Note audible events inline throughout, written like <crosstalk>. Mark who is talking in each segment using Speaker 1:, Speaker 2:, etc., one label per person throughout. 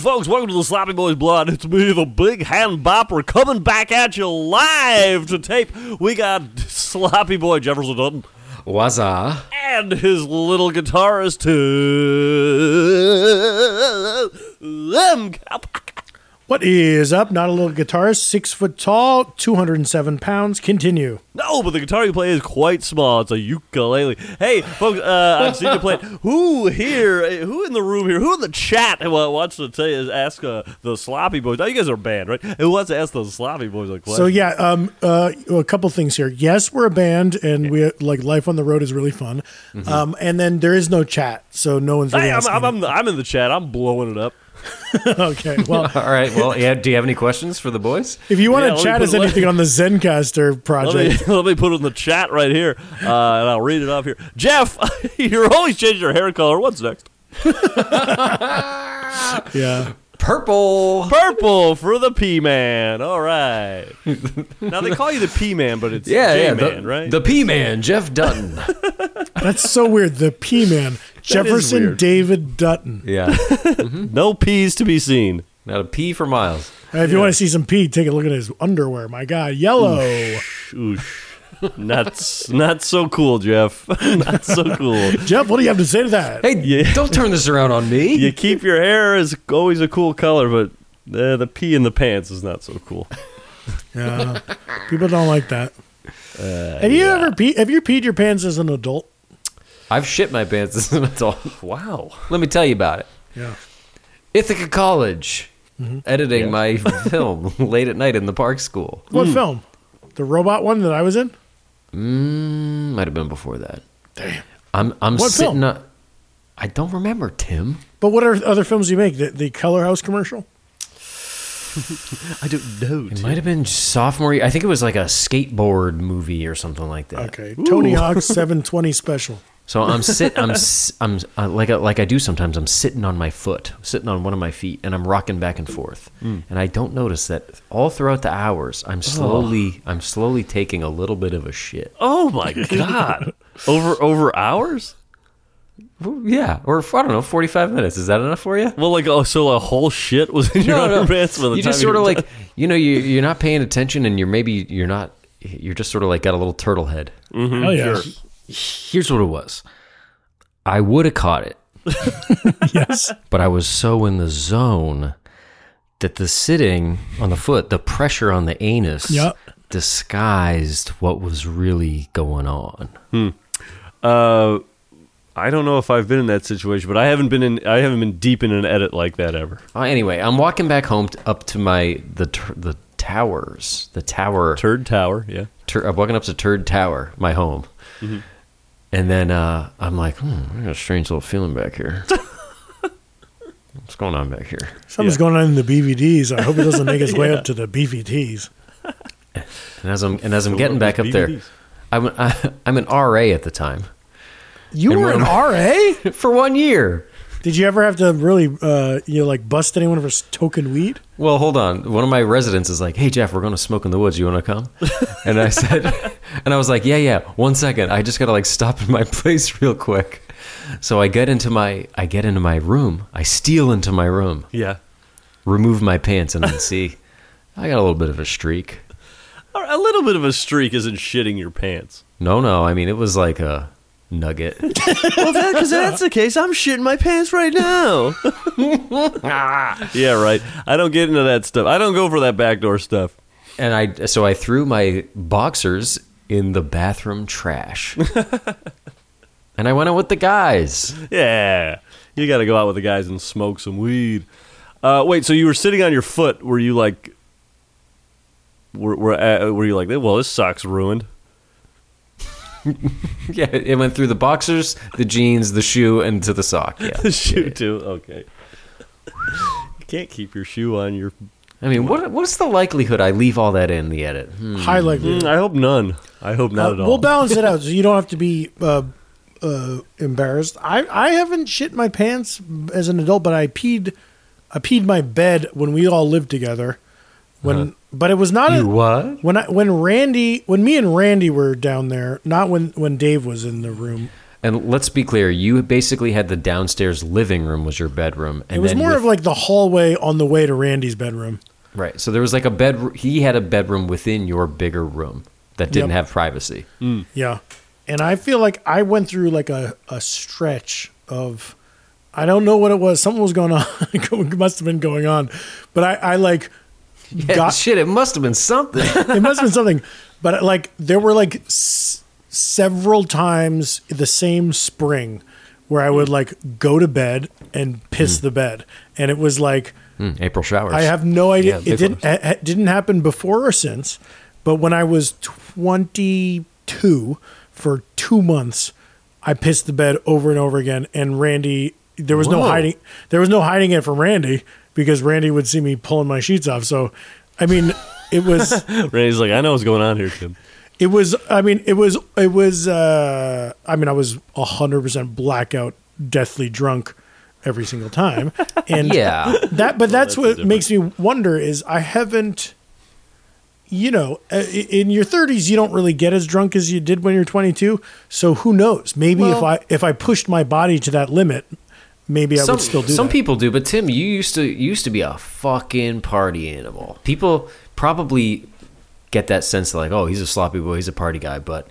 Speaker 1: folks. Welcome to the Sloppy Boys Blood. It's me, the Big Hand Bopper, coming back at you live to tape. We got Sloppy Boy Jefferson Dutton
Speaker 2: Waza.
Speaker 1: and his little guitarist, uh, Tim Cap-
Speaker 3: What is up? Not a little guitarist, six foot tall, 207 pounds. Continue.
Speaker 1: No, but the guitar you play is quite small. It's a ukulele. Hey, folks, uh, I've seen you play. it. Who here? Who in the room here? Who in the chat who, uh, wants to tell you, ask uh, the Sloppy Boys? Now you guys are banned, right? Who wants to ask the Sloppy Boys a question?
Speaker 3: So yeah, um, uh, a couple things here. Yes, we're a band, and we like life on the road is really fun. Um, and then there is no chat, so no one's.
Speaker 1: Mm-hmm.
Speaker 3: Really
Speaker 1: Hey, I'm,
Speaker 3: asking
Speaker 1: I'm, I'm, I'm in the chat. I'm blowing it up.
Speaker 3: <laughs> okay,
Speaker 1: <laughs>
Speaker 3: well,
Speaker 2: All right. Well, yeah. Do you have any questions for the boys?
Speaker 3: if you want
Speaker 1: Yeah,
Speaker 3: to
Speaker 1: let me
Speaker 3: chat
Speaker 1: put
Speaker 3: us
Speaker 1: a link.
Speaker 3: anything on the Zencaster
Speaker 1: Let
Speaker 3: project,
Speaker 1: me, <laughs> let me put it in the chat right here, uh, and I'll read it off here. Jeff, <laughs> you're always changing your hair color. What's next? <laughs>
Speaker 3: yeah,
Speaker 2: Purple.
Speaker 1: Purple for the P Man. All right. now they call you the P Man, but
Speaker 2: <laughs>
Speaker 1: it's
Speaker 2: Yeah, yeah.
Speaker 1: J
Speaker 2: The,
Speaker 1: Man, right?
Speaker 2: the P Man, Jeff Dutton.
Speaker 3: that's so weird.
Speaker 1: <laughs>
Speaker 3: The P man, Jefferson
Speaker 1: weird.
Speaker 3: David Dutton.
Speaker 2: <laughs> yeah.
Speaker 1: no P's to be seen.
Speaker 2: Not a P for Miles.
Speaker 3: Uh, if you want to see some P, take a look at his underwear. My God, yellow.
Speaker 1: Mm. Oosh. Not, s- not so cool, Jeff. <laughs> not so cool.
Speaker 3: Jeff, what do you have to say to that?
Speaker 2: Hey,
Speaker 1: Yeah.
Speaker 2: don't turn this around on me.
Speaker 1: You keep your hair is always a cool color, but uh, the P in the pants is not so cool.
Speaker 3: Yeah, people don't like that. have you ever peed? Have you peed your pants as an adult?
Speaker 2: I've shit my pants <laughs> as an adult.
Speaker 1: Wow.
Speaker 2: Let me tell you about it.
Speaker 3: Yeah.
Speaker 2: Ithaca College, editing <laughs> my film late at night in the park school.
Speaker 3: What film? The robot one that I was in.
Speaker 2: Mm, might have been before that.
Speaker 3: Damn.
Speaker 2: I'm I'm
Speaker 3: What
Speaker 2: sitting
Speaker 3: film?
Speaker 2: on. I don't remember Tim.
Speaker 3: But what are other films you make? The, the Color House commercial.
Speaker 1: I don't know.
Speaker 2: It might have been sophomore. year. I think it was like a skateboard movie or something like that.
Speaker 3: Okay. Uh, Tony Hawk's <laughs> Seven Twenty Special.
Speaker 2: So I'm sit. I'm s- I'm uh, like uh, like I do sometimes. I'm sitting on my foot, sitting on one of my feet, and I'm rocking back and forth. And I don't notice that all throughout the hours. I'm slowly I'm slowly taking a little bit of a shit.
Speaker 1: Oh my god. over over hours?
Speaker 2: Well, Yeah, or I don't know, 45 minutes. Is that enough for <laughs> you?
Speaker 1: Well, like oh, so a whole shit was in
Speaker 2: <laughs>
Speaker 1: your underpants by the
Speaker 2: you
Speaker 1: time
Speaker 2: just sort of
Speaker 1: were
Speaker 2: like
Speaker 1: done.
Speaker 2: you know you you're not paying attention, and you're maybe you're not you're just sort of like got a little turtle head.
Speaker 3: Hell yeah.
Speaker 2: Here's what it was. I would have caught it.
Speaker 3: <laughs> Yes.
Speaker 2: but I was so in the zone that the sitting on the foot, the pressure on the anus,
Speaker 3: Yep.
Speaker 2: disguised what was really going on.
Speaker 1: Uh, I don't know if I've been in that situation, but I haven't been in. I haven't been deep in an edit like that ever.
Speaker 2: Uh, anyway, I'm walking back home t- up to my the tur the towers, the tower.
Speaker 1: Turd Tower, yeah.
Speaker 2: tur- I'm walking up to Turd Tower, my home, and then uh, I'm like, hmm, I got a strange little feeling back here. What's going on back here?
Speaker 3: Something's
Speaker 1: Yeah.
Speaker 3: going on in the BVDs. I hope it doesn't make its <laughs> way up to the BVTs.
Speaker 2: And as I'm and as I'm
Speaker 1: Fill
Speaker 2: getting
Speaker 1: up
Speaker 2: back up
Speaker 1: these
Speaker 2: there,
Speaker 1: DVDs.
Speaker 2: I'm <laughs> I, I'm an RA at the time
Speaker 3: You
Speaker 2: And
Speaker 3: were
Speaker 2: one
Speaker 3: an
Speaker 2: of
Speaker 3: RA.
Speaker 2: for one year.
Speaker 3: <laughs> Did you ever have to really, uh, you know, like bust anyone for s- token weed?
Speaker 2: Well, hold on. One of my residents is like, "Hey Jeff, we're going to smoke in the woods. You want to come?" And I said, and I was like, "Yeah, yeah. One second. I just got to like stop in my <laughs> place real quick." So I get into my I get into my room. I steal into my room,
Speaker 1: Yeah.
Speaker 2: remove my pants, and then see I got a little bit of a streak.
Speaker 1: A a little bit of a streak isn't shitting your pants.
Speaker 2: No, no. I mean, it was like a nugget.
Speaker 1: Well, because that's the case, I'm shitting my pants right <laughs> now. Ah. yeah, right. I don't get into that stuff. I don't go for that backdoor stuff.
Speaker 2: And I so I threw my boxers in the bathroom trash. and I went out with the guys.
Speaker 1: Yeah, you got to go out with the guys and smoke some weed. Uh, wait, so you were sitting on your foot? Were you like, were were, uh, were you like, well, this sock's ruined? <laughs>
Speaker 2: <laughs> Yeah, it went through the boxers, the jeans, the shoe, and to the sock.
Speaker 3: <laughs>
Speaker 2: Yeah.
Speaker 1: The shoe too. Okay. you can't keep your shoe on your.
Speaker 2: I mean, what what's the likelihood I leave all that in the edit? Hmm.
Speaker 3: High likelihood.
Speaker 1: Mm, I hope none. I hope not
Speaker 3: Uh,
Speaker 1: at all.
Speaker 3: <laughs> We'll balance it out so you don't have to be uh, uh, embarrassed. I, I haven't shit my pants as an adult, but I peed I peed my bed when we all lived together. When but it was not a,
Speaker 2: You what?
Speaker 3: when I when Randy when me and Randy were down there, not when when Dave was in the room.
Speaker 2: And let's be clear, you basically had the downstairs living room was your bedroom. And
Speaker 3: It was
Speaker 2: then
Speaker 3: more
Speaker 2: with-
Speaker 3: of like the hallway on the way to Randy's bedroom.
Speaker 2: Right. So there was like a bed. He had a bedroom within your bigger room that didn't
Speaker 3: Yep. Mm.
Speaker 2: have privacy.
Speaker 3: Yeah. And I feel like I went through like a, a stretch of I don't know what it was. Something was going <laughs> on. it must have been going on. But I, I like
Speaker 2: Yeah, <laughs> shit, it must have been something.
Speaker 3: it must have been something. But like there were like s- several times the same spring where I would like go to bed and piss the bed, and it was like
Speaker 2: Hmm, April showers.
Speaker 3: I have no idea.
Speaker 2: Yeah, big
Speaker 3: it didn't it it didn't happen before or since, but when I was 22 for 2 months, I pissed the bed over and over again and Randy there was no
Speaker 2: Whoa.
Speaker 3: hiding there was no hiding it from Randy because Randy would see me pulling my sheets off. So, I mean, it was
Speaker 1: Randy's like, I know what's going on here, Tim.
Speaker 3: it was I mean, it was it was uh I mean, I was 100% blackout deathly drunk every
Speaker 2: <laughs>
Speaker 3: single time. And
Speaker 2: Yeah.
Speaker 3: that but that's,
Speaker 1: Oh, that's
Speaker 3: what
Speaker 1: the
Speaker 3: makes me wonder is i haven't you know uh, i- in your 30s you don't really get as drunk as you did when you're 22 so who knows maybe if i if i pushed my body to that limit maybe i
Speaker 2: some,
Speaker 3: would still do
Speaker 2: some
Speaker 3: that.
Speaker 2: people do, but Tim, you used to you used to be a fucking party animal. People probably get that sense of like, oh, he's a sloppy boy, he's a party guy, but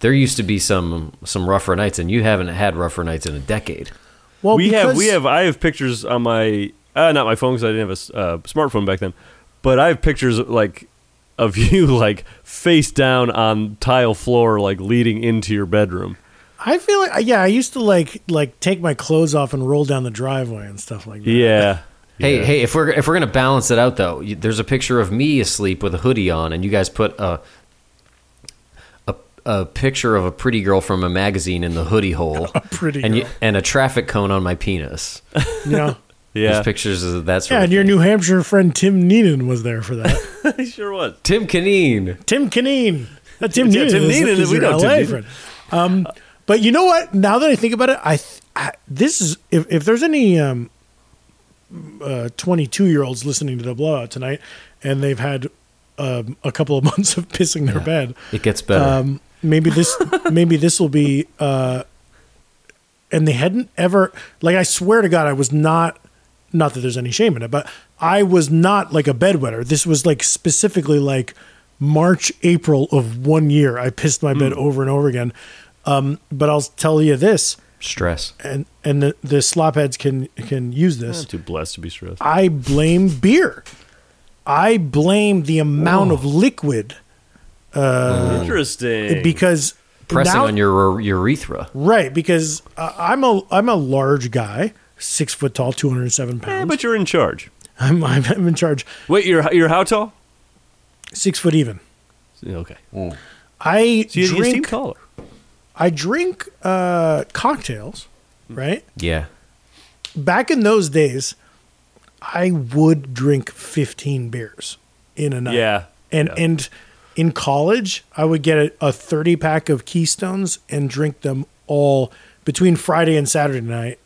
Speaker 2: there used to be some some rougher nights, and you haven't had rougher nights in a decade.
Speaker 3: well
Speaker 1: we have we
Speaker 3: Oh, because-
Speaker 1: have I have pictures on my uh, not my phone because I didn't have a s- uh, smartphone back then, but I have pictures like of <laughs> you like face down on tile floor like leading into your bedroom.
Speaker 3: i feel like yeah i used to like like take my clothes off and roll down the driveway and stuff like that
Speaker 1: <laughs> Yeah.
Speaker 2: Hey, hey! If we're if we're gonna balance it out though, you, there's a picture of me asleep with a hoodie on, and you guys put a a, a picture of a pretty girl from a magazine in the hoodie
Speaker 3: <laughs>
Speaker 2: hole, a
Speaker 3: pretty
Speaker 2: and
Speaker 3: girl.
Speaker 2: and a traffic cone on my penis. <laughs>
Speaker 3: you know?
Speaker 1: Yeah,
Speaker 2: There's pictures of that sort.
Speaker 3: yeah
Speaker 2: of
Speaker 3: and your new hampshire friend tim neenan was there
Speaker 1: <laughs>
Speaker 3: for that
Speaker 1: <laughs> he sure was.
Speaker 2: Tim Kineen.
Speaker 3: Tim Kineen. Uh, Tim
Speaker 1: Yeah,
Speaker 3: Neenan.
Speaker 1: Tim
Speaker 3: is-
Speaker 1: Neenan,
Speaker 3: is
Speaker 1: we
Speaker 3: your
Speaker 1: know Tim
Speaker 3: LA
Speaker 1: Neenan.
Speaker 3: friend. Um, but you know what? Now that I think about it, I, th- I this is if, if there's any um, uh, 22 year olds listening to the blowout tonight, and they've had um, a couple of <laughs> months of pissing their bed.
Speaker 2: It gets better.
Speaker 3: Um, maybe this maybe this will be. Uh, and they hadn't ever like I swear to God I was not not that there's any shame in it, but I was not like a bedwetter. This was like specifically like March April of one year. I pissed my
Speaker 2: Hmm.
Speaker 3: bed over and over again. Um, but I'll tell you this,
Speaker 2: Stress.
Speaker 3: and and the, the slopheads can can use this.
Speaker 2: Hmm.
Speaker 1: I'm too blessed to be stressed.
Speaker 3: I blame beer. I blame the
Speaker 2: Oh.
Speaker 3: amount of liquid Um,
Speaker 1: Interesting.
Speaker 3: because
Speaker 2: Pressing
Speaker 3: now-
Speaker 2: on your ure- urethra.
Speaker 3: Right, because uh, I'm a I'm a large guy, six foot tall, two hundred seven
Speaker 1: Eh,
Speaker 3: pounds.
Speaker 1: but you're in charge.
Speaker 3: I'm, I'm I'm in charge,
Speaker 1: Wait, you're you're how tall?
Speaker 3: six foot even.
Speaker 1: Okay,
Speaker 3: I
Speaker 1: so you, you seem
Speaker 3: drink
Speaker 1: taller.
Speaker 3: I drink uh, cocktails, right?
Speaker 2: Yeah.
Speaker 3: Back in those days, I would drink fifteen beers in a night.
Speaker 1: Yeah,
Speaker 3: and
Speaker 1: yeah.
Speaker 3: and in college, I would get a, a thirty pack of Keystones and drink them all between Friday and Saturday night.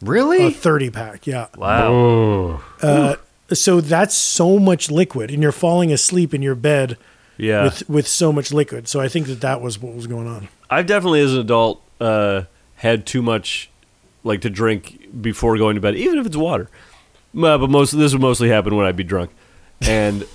Speaker 3: A
Speaker 2: Really?
Speaker 3: thirty pack, yeah.
Speaker 1: Wow.
Speaker 2: Oh,
Speaker 3: so that's so much liquid and you're falling asleep in your bed
Speaker 1: Yeah.
Speaker 3: with with so much liquid so i think that that was what was going on
Speaker 1: I've definitely, as an adult, uh, had too much, like to drink before going to bed, even if it's water. Uh, but most this would mostly happen when I'd be drunk,
Speaker 2: <laughs>
Speaker 1: and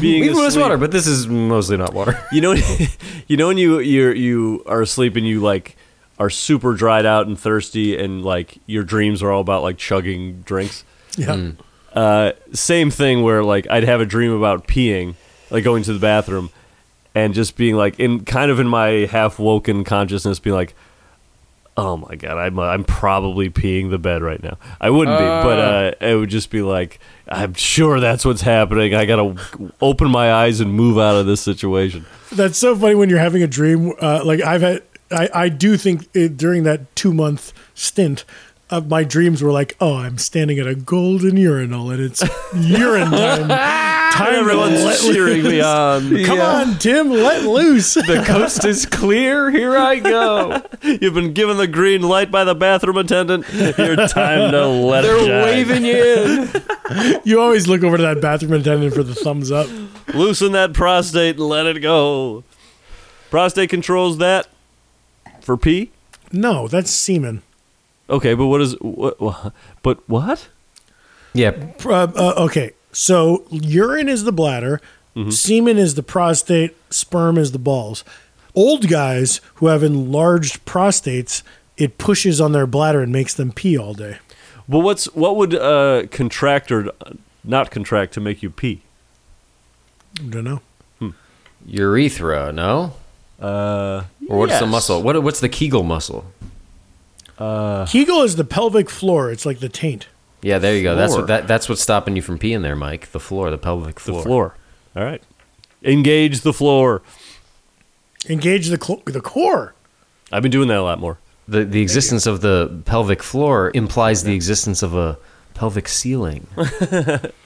Speaker 1: being
Speaker 2: Even when it's
Speaker 1: asleep-
Speaker 2: water, but this is mostly not water.
Speaker 1: You know, <laughs> you know when you you you are asleep and you like are super dried out and thirsty, and like your dreams are all about like chugging drinks.
Speaker 3: yeah
Speaker 1: Uh, same thing where like I'd have a dream about peeing, like going to the bathroom, and just being like in kind of in my half woken consciousness, being like, "Oh my god, I'm uh, I'm probably peeing the bed right now." I wouldn't be, but uh, it would just be like, "I'm sure that's what's happening. I gotta w- open my eyes and move out of this situation."
Speaker 3: that's so funny when you're having a dream uh, like i've had i i do think it, during that two month stint uh, my dreams were like oh i'm standing at a golden urinal and it's urine time time to
Speaker 1: Everyone's
Speaker 3: let
Speaker 1: cheering me
Speaker 3: loose. <laughs>
Speaker 1: on.
Speaker 3: come on tim let
Speaker 2: <laughs>
Speaker 3: loose
Speaker 2: The coast is clear. Here I go.
Speaker 1: You've been given the green light by the bathroom attendant. Your time to let it shine.
Speaker 2: you in.
Speaker 3: you always look over to that bathroom attendant for the thumbs up
Speaker 1: Loosen that prostate and let it go. Prostate controls that. for pee?
Speaker 3: No, that's semen.
Speaker 1: Okay, but what is what? what but what?
Speaker 2: Yeah,
Speaker 3: Uh, uh, okay, so urine is the bladder,
Speaker 2: Mm-hmm.
Speaker 3: semen is the prostate, sperm is the balls. Old guys who have enlarged prostates, it pushes on their bladder and makes them pee all day.
Speaker 1: But what's what would uh, contract or not contract to make you pee?
Speaker 3: don't know.
Speaker 2: urethra. No,
Speaker 1: Uh,
Speaker 2: or what's the
Speaker 1: yes.
Speaker 2: muscle? What what's the Kegel muscle? Uh.
Speaker 3: Kegel is the pelvic floor. It's like the taint.
Speaker 2: Yeah, there you go. That's
Speaker 1: Floor.
Speaker 2: what that, that's what's stopping you from peeing there, Mike. The floor, the pelvic
Speaker 1: The
Speaker 2: floor.
Speaker 1: floor. All right. Engage the floor.
Speaker 3: Engage the cl- the core.
Speaker 1: I've been doing that a lot more.
Speaker 2: The the existence of the pelvic floor implies the existence of a pelvic ceiling.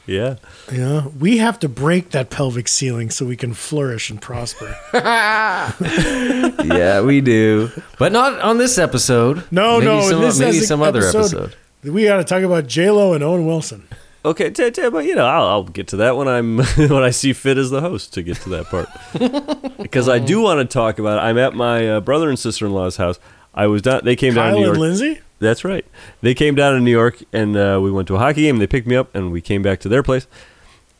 Speaker 1: Yeah.
Speaker 3: Yeah, we have to break that pelvic ceiling so we can flourish and prosper.
Speaker 2: yeah, we do. But not on this episode.
Speaker 3: No,
Speaker 2: maybe
Speaker 3: no,
Speaker 2: some,
Speaker 3: this
Speaker 2: maybe
Speaker 3: is
Speaker 2: some
Speaker 3: an
Speaker 2: other episode.
Speaker 3: We got to talk about J Lo and Owen Wilson.
Speaker 1: Okay, t- t- but you know, I'll, I'll get to that when I'm <laughs> when I see fit as the host to get to that
Speaker 3: <laughs>
Speaker 1: part because I do want to talk about. It. I'm at my uh, brother and sister in law's house. I was down. They came down to
Speaker 3: Kyle
Speaker 1: New
Speaker 3: and
Speaker 1: York.
Speaker 3: Lindsay.
Speaker 1: That's right. They came down to New York, and uh, we went to a hockey game. They picked me up, and we came back to their place.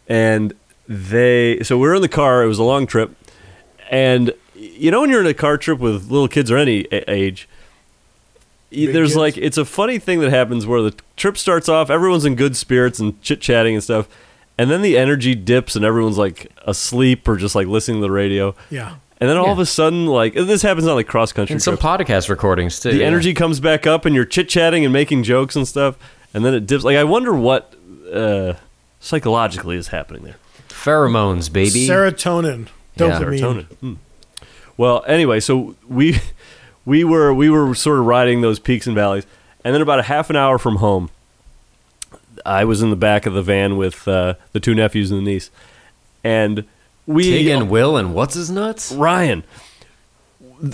Speaker 1: And they, so we were in the car. It was a long trip, and you know when you're in a car trip with little kids or any a- age, y-
Speaker 3: Big
Speaker 1: there's
Speaker 3: kids.
Speaker 1: like it's a funny thing that happens where the trip starts off, everyone's in good spirits and chit chatting and stuff, and then the energy dips, and everyone's like asleep or just like listening to the radio.
Speaker 3: Yeah,
Speaker 1: And then all of
Speaker 2: Yeah.
Speaker 1: a sudden, like this happens on like cross country
Speaker 2: And some
Speaker 1: trips
Speaker 2: podcast recordings too.
Speaker 1: the
Speaker 2: yeah.
Speaker 1: energy comes back up and you're chit-chatting and making jokes and stuff and then it dips like i wonder what uh, psychologically is happening there
Speaker 2: pheromones, baby.
Speaker 3: serotonin,
Speaker 2: Yeah.
Speaker 3: dopamine.
Speaker 1: serotonin Hmm. well anyway so we we were we were sort of riding those peaks and valleys and then about a half an hour from home i was in the back of the van with uh, the two nephews and the niece and we uh,
Speaker 2: Tig and Will and what's his nuts?
Speaker 1: Ryan,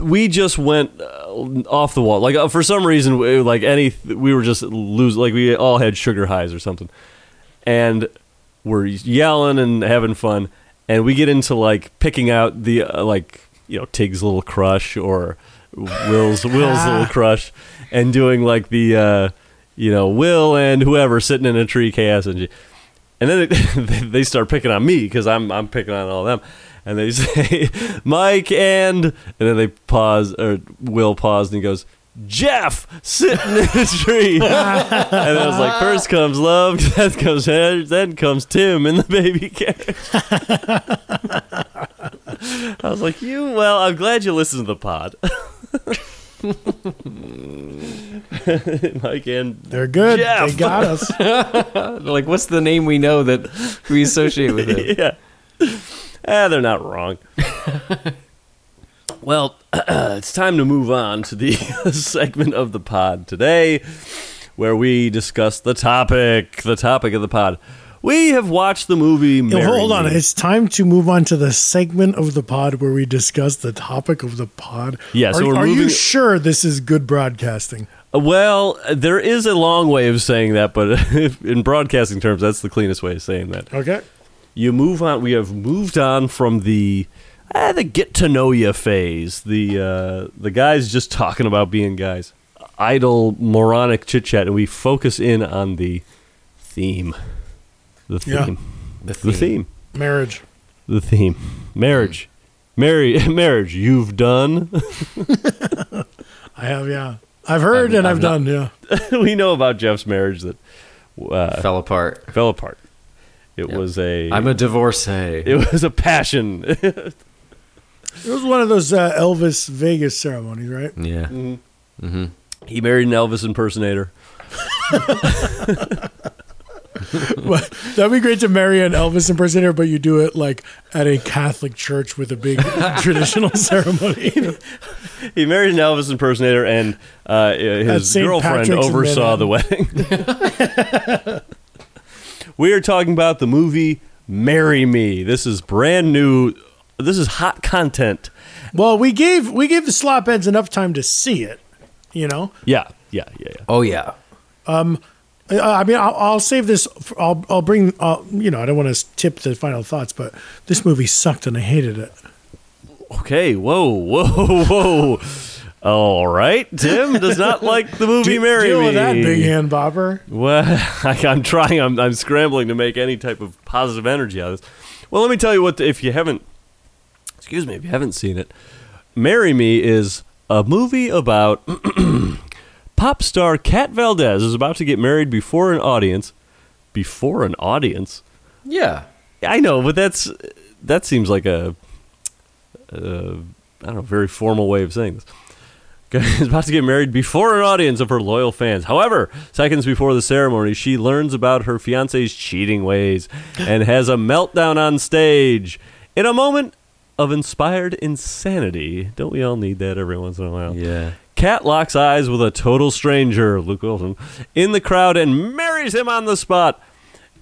Speaker 1: we just went uh, off the wall. Like uh, for some reason, we, like any, we were just lose. Like we all had sugar highs or something, and we're yelling and having fun. And we get into like picking out the uh, like you know Tig's little crush or Will's Will's little crush, and doing like the uh, you know Will and whoever sitting in a tree chaos and. And then it, they <laughs> start picking on me because I'm I'm picking on all them, and they <laughs> say Mike and and then they pause or Will paused and he goes Jeff sitting in the tree, and then it's like first comes love, <laughs> then comes Heather, then comes Tim in the baby carriage. <laughs> I was like you. Well, I'm glad you listened to the pod. <laughs> Mike and
Speaker 3: They're good.
Speaker 1: Jeff.
Speaker 3: They
Speaker 1: <laughs>
Speaker 3: got us.
Speaker 2: Like, what's the name we know that we associate
Speaker 3: <laughs>
Speaker 2: with <laughs> it?
Speaker 1: yeah. Ah, they're not wrong. well, <clears throat> it's time to move on to the <laughs> segment of the pod today where we discuss the topic, the topic of the pod. We have watched the movie Marry
Speaker 3: Oh, Hold on,
Speaker 1: Me.
Speaker 3: it's time to move on to the segment of the pod where we discuss the topic of the pod.
Speaker 1: Yeah,
Speaker 3: are,
Speaker 1: so we're
Speaker 3: are you
Speaker 1: moving-
Speaker 3: sure this is good broadcasting?
Speaker 1: Well, there is a long way of saying that, but <laughs> if, in broadcasting terms, that's the cleanest way of saying that.
Speaker 3: Okay.
Speaker 1: you move on. We have moved on from the ah, the get to know you phase. The uh, the guys just talking about being guys, idle moronic chit chat, and we focus in on the theme, the
Speaker 3: Yeah.
Speaker 1: theme, the theme,
Speaker 3: Marriage.
Speaker 1: the theme, marriage, marry, <laughs> marriage. You've done. <laughs>
Speaker 3: I have, yeah. I've heard
Speaker 2: I'm-
Speaker 3: and
Speaker 2: I'm
Speaker 3: I've
Speaker 2: not-
Speaker 3: done, yeah.
Speaker 1: we know about Jeff's marriage that uh, <laughs>
Speaker 2: Fell apart.
Speaker 1: fell apart. It
Speaker 2: Yeah.
Speaker 1: was a.
Speaker 2: I'm a divorcee.
Speaker 1: <laughs> it was a passion. <laughs>
Speaker 3: It was one of those uh, Elvis Vegas ceremonies, right?
Speaker 2: yeah.
Speaker 1: he married an Elvis impersonator.
Speaker 2: Mm-hmm.
Speaker 3: <laughs> Well, That'd be great to marry an Elvis impersonator, but you do it like at a Catholic church with
Speaker 2: <laughs>
Speaker 3: a big traditional ceremony.
Speaker 1: He married an Elvis impersonator, and uh, his
Speaker 3: St.
Speaker 1: girlfriend
Speaker 3: Patrick's in
Speaker 1: oversaw the wedding. <laughs> we are talking about the movie "Marry Me." This is brand new. This is hot content.
Speaker 3: well, we gave we gave the slop heads enough time to see it, you know.
Speaker 1: Yeah, yeah, yeah, yeah.
Speaker 2: Oh yeah.
Speaker 3: I- I mean, I'll, I'll save this. For, I'll I'll bring. I'll, you know, I don't want to tip the final thoughts, but this movie sucked and I hated it.
Speaker 1: Okay. Whoa, whoa, whoa. All right, Tim does not like the movie
Speaker 3: De-
Speaker 1: Marry
Speaker 3: deal
Speaker 1: Me.
Speaker 3: with that, big hand bopper.
Speaker 1: Well, <laughs> I, I'm trying. I'm, I'm scrambling to make any type of positive energy out of this. Well, let me tell you what. If you haven't, excuse me, if you haven't seen it, "Marry Me" is a movie about <clears throat> pop star Kat Valdez is about to get married before an audience. Before an audience,
Speaker 2: Yeah.
Speaker 1: I know, but that's that seems like a, uh, I don't know, very formal way of saying this. <laughs> Okay, Is about to get married before an audience of her loyal fans. However, seconds before the ceremony, she learns about her fiance's cheating ways and has a meltdown on stage. In a moment of inspired insanity, don't we all need that every once in a while?
Speaker 2: Yeah.
Speaker 1: Cat locks eyes with a total stranger, Luke Wilson, in the crowd and marries him on the spot.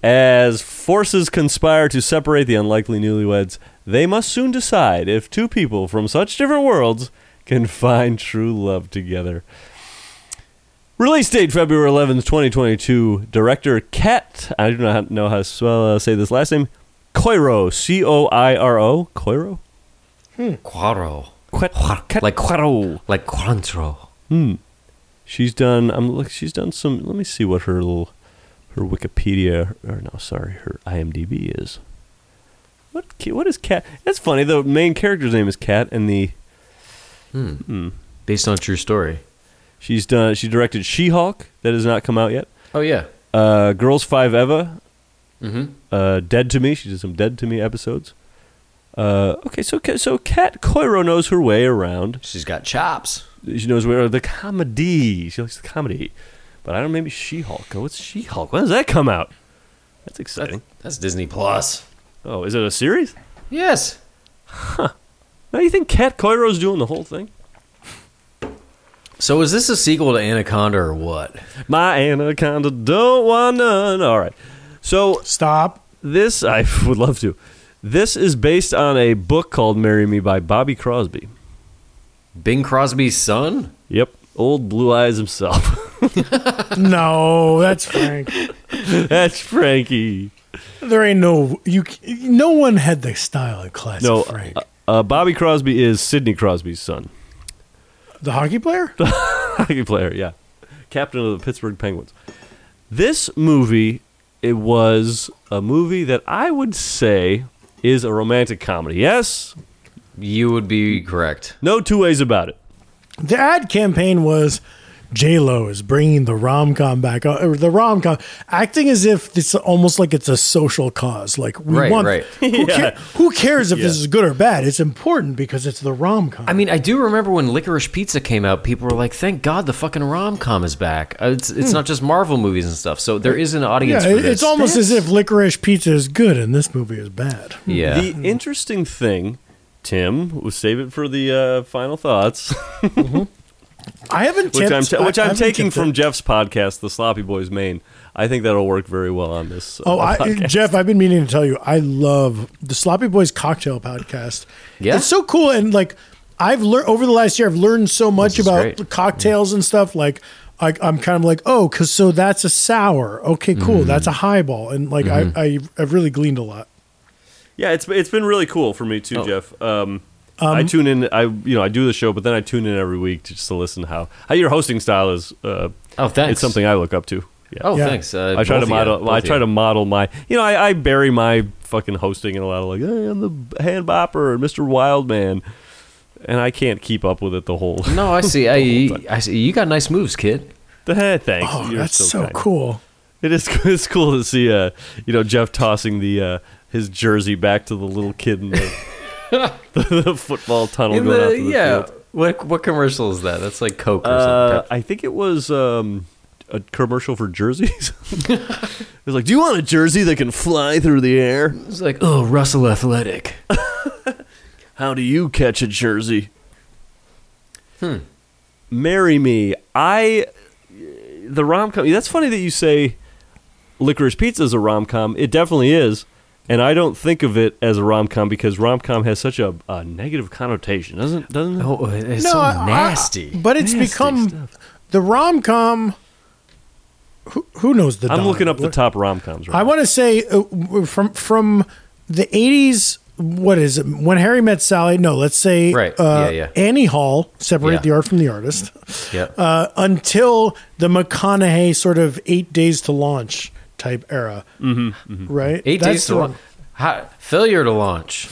Speaker 1: As forces conspire to separate the unlikely newlyweds, they must soon decide if two people from such different worlds can find true love together. Release date February 11th, 2022. Director Cat, I do not know how to spell, uh, say this last name, Coiro, C O I R O, Coiro?
Speaker 3: Hmm.
Speaker 2: Quaro.
Speaker 1: Quet- Cat
Speaker 2: Like-
Speaker 1: Coiro.
Speaker 2: Like Quantro.
Speaker 1: Hmm. She's done. I'm look. She's done some. Let me see what her little, her Wikipedia or no, sorry, her IMDb is. What? ca- What is Cat? That's funny. The main character's name is Cat, and the
Speaker 2: Based on a true story.
Speaker 1: she's done. She directed She-Hulk. That has not come out yet.
Speaker 2: Oh, yeah.
Speaker 1: Uh, Girls Five Eva.
Speaker 2: Mm-hmm.
Speaker 1: Uh, Dead to Me. She did some Dead to Me episodes. Uh, okay, so Ca- so Kat Coiro knows her way around.
Speaker 2: She's got chops.
Speaker 1: she knows where the comedy. She likes the comedy, but I don't. Maybe She Hulk. Oh, what's She Hulk? When does that come out? That's exciting.
Speaker 2: That's Disney Plus.
Speaker 1: Oh, is it a series?
Speaker 2: Yes.
Speaker 1: Now you think Kat Coiro's doing the whole thing?
Speaker 2: So is this a sequel to Anaconda or what?
Speaker 1: My anaconda don't want none. All right. So
Speaker 3: Stop.
Speaker 1: this I <laughs> would love to. This is based on a book called "Marry Me" by Bobby Crosby.
Speaker 2: Bing Crosby's son?
Speaker 1: Yep, old blue eyes himself. <laughs>
Speaker 3: No, that's Frank.
Speaker 1: That's Frankie.
Speaker 3: There ain't no you. c- No one had the style and class
Speaker 1: No,
Speaker 3: of Frank,
Speaker 1: uh, uh, Bobby Crosby is Sidney Crosby's son.
Speaker 3: the hockey player.
Speaker 1: hockey player, yeah. Captain of the Pittsburgh Penguins. This movie, it was a movie that I would say is a romantic comedy. Yes,
Speaker 2: You would be correct.
Speaker 1: no two ways about it.
Speaker 3: The ad campaign was J Lo is bringing the rom com back, uh, or the rom com acting as if it's almost like it's a social cause. Like we
Speaker 2: Right,
Speaker 3: want,
Speaker 2: right.
Speaker 1: <laughs>
Speaker 3: Who,
Speaker 1: Yeah.
Speaker 3: ca- who cares if this
Speaker 1: Yeah.
Speaker 3: is good or bad? It's important because it's the rom com.
Speaker 2: I mean, I do remember when Licorice Pizza came out, people were like, thank God the fucking rom com is back. Uh, It's, it's not just Marvel movies and stuff. So there is an audience
Speaker 3: yeah,
Speaker 2: for
Speaker 3: it-
Speaker 2: this.
Speaker 3: it's almost as if licorice pizza is good and this movie is bad.
Speaker 1: Hmm.
Speaker 2: Yeah.
Speaker 1: The interesting thing, Tim, we'll save it for the uh, final
Speaker 3: <laughs>
Speaker 1: thoughts,
Speaker 3: I haven't
Speaker 1: which
Speaker 3: tipped,
Speaker 1: I'm, ta-
Speaker 3: I-
Speaker 1: which
Speaker 3: I
Speaker 1: I'm
Speaker 3: haven't
Speaker 1: taking
Speaker 3: tipped
Speaker 1: from
Speaker 3: it.
Speaker 1: Jeff's podcast, The Sloppy Boys Maine. I think that'll work very well on this. uh,
Speaker 2: <laughs>
Speaker 3: Oh, I,
Speaker 1: podcast.
Speaker 3: Jeff, I've been meaning to tell you, I love the Sloppy Boys Cocktail Podcast.
Speaker 2: Yeah?
Speaker 3: it's so cool, and like I've learned over the last year, I've learned so much
Speaker 2: is
Speaker 3: about
Speaker 2: great.
Speaker 3: the cocktails and stuff. Like, I, I'm kind of like, oh, because so that's a sour. Okay,
Speaker 2: Mm.
Speaker 3: cool. That's a highball, and like I,
Speaker 2: Mm-hmm.
Speaker 3: I, I've really gleaned a lot.
Speaker 1: Yeah, it's it's been really cool for me
Speaker 2: Oh.
Speaker 1: too, Jeff. Um, I tune in. I you know I do the show, but then I tune in every week to just to listen to how how your hosting style is. Uh,
Speaker 2: Oh, thanks.
Speaker 1: It's something I look up to. Yeah.
Speaker 2: Oh,
Speaker 3: Yeah.
Speaker 2: thanks. Uh,
Speaker 1: I try
Speaker 2: both
Speaker 1: to
Speaker 2: of you,
Speaker 1: model.
Speaker 2: both
Speaker 1: I
Speaker 2: of
Speaker 1: try
Speaker 2: you.
Speaker 1: to model my. You know, I, I bury my fucking hosting in a lot of like hey, I'm the hand bopper and Mr. Wildman, and I can't keep up with it the whole.
Speaker 2: <laughs>
Speaker 1: <laughs>
Speaker 2: No, I see. I, I see. You got nice moves, kid.
Speaker 1: Thanks.
Speaker 3: Oh,
Speaker 1: You're
Speaker 3: that's so,
Speaker 1: kind.
Speaker 3: cool.
Speaker 1: It is. <laughs> It's cool to see. Uh, you know, Jeff tossing the uh, his jersey back to the little kid in the,
Speaker 2: <laughs>
Speaker 1: the, <laughs> football tunnel
Speaker 2: In
Speaker 1: going out
Speaker 2: the,
Speaker 1: to the
Speaker 2: yeah.
Speaker 1: field.
Speaker 2: What what commercial is that? That's like Coke or
Speaker 1: Uh,
Speaker 2: something.
Speaker 1: I think it was um, a commercial for jerseys. <laughs> it was like, "Do you want a jersey that can fly through the air?
Speaker 2: It's like, oh, Russell Athletic.
Speaker 1: How do you catch a jersey?" Hmm. Marry me. I the rom com. That's funny that you say Licorice Pizza is a rom com. It definitely is. And I don't think of it as a rom com because rom com has such a, a negative connotation, doesn't doesn't it?
Speaker 2: Oh, it's so
Speaker 3: I- I-
Speaker 2: nasty.
Speaker 3: but it's
Speaker 1: Nasty
Speaker 3: become
Speaker 1: stuff.
Speaker 3: the rom com. Who, who knows the?
Speaker 1: I'm looking up
Speaker 3: dominant-
Speaker 1: the top rom coms. Right
Speaker 3: I
Speaker 1: now.
Speaker 3: want to say uh, w- from from the eighties what is it? When Harry met Sally? No, let's say
Speaker 2: Right. Yeah,
Speaker 3: uh,
Speaker 2: yeah.
Speaker 3: Annie Hall separate
Speaker 2: Yeah.
Speaker 3: the art from the artist
Speaker 2: <laughs> Yep.
Speaker 3: uh, until the McConaughey sort of eight days to launch type era, mm-hmm, right?
Speaker 2: Eight
Speaker 3: That's
Speaker 2: days to
Speaker 3: the-
Speaker 2: launch. How, failure to launch.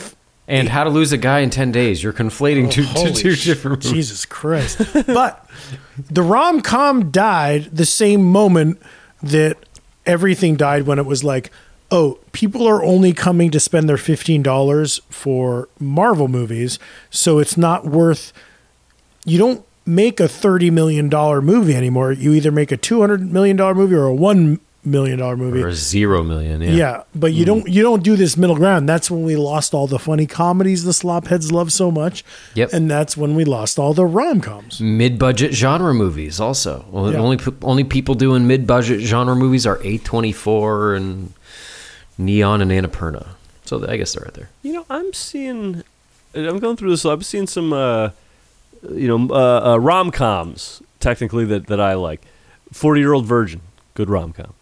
Speaker 2: And how to lose a guy in 10 days. You're conflating two two
Speaker 3: Oh, Holy
Speaker 2: two
Speaker 3: sh-
Speaker 2: different movies.
Speaker 3: Jesus Christ.
Speaker 2: <laughs>
Speaker 3: but the rom com died the same moment that everything died when it was like, oh, people are only coming to spend their $15 for Marvel movies. So it's not worth, you don't make a $30 million movie anymore. You either make a $200 million movie or a $1 million movie.
Speaker 2: Or zero million. Yeah. Hmm.
Speaker 3: Yeah. but you don't you don't do this middle ground. That's when we lost all the funny comedies the slopheads love so much.
Speaker 2: Yep. Mm.
Speaker 3: And that's when we lost all the rom coms.
Speaker 2: Mid-budget genre movies also. Only
Speaker 3: Yeah.
Speaker 2: Only pe- only people doing mid-budget genre movies are A24 and Neon and Annapurna. So I guess they're right there.
Speaker 1: You know, I'm seeing. I'm going through this. I'm seeing some, uh, you know, uh, uh, rom coms technically that, that I like. Forty Year Old Virgin, good rom com.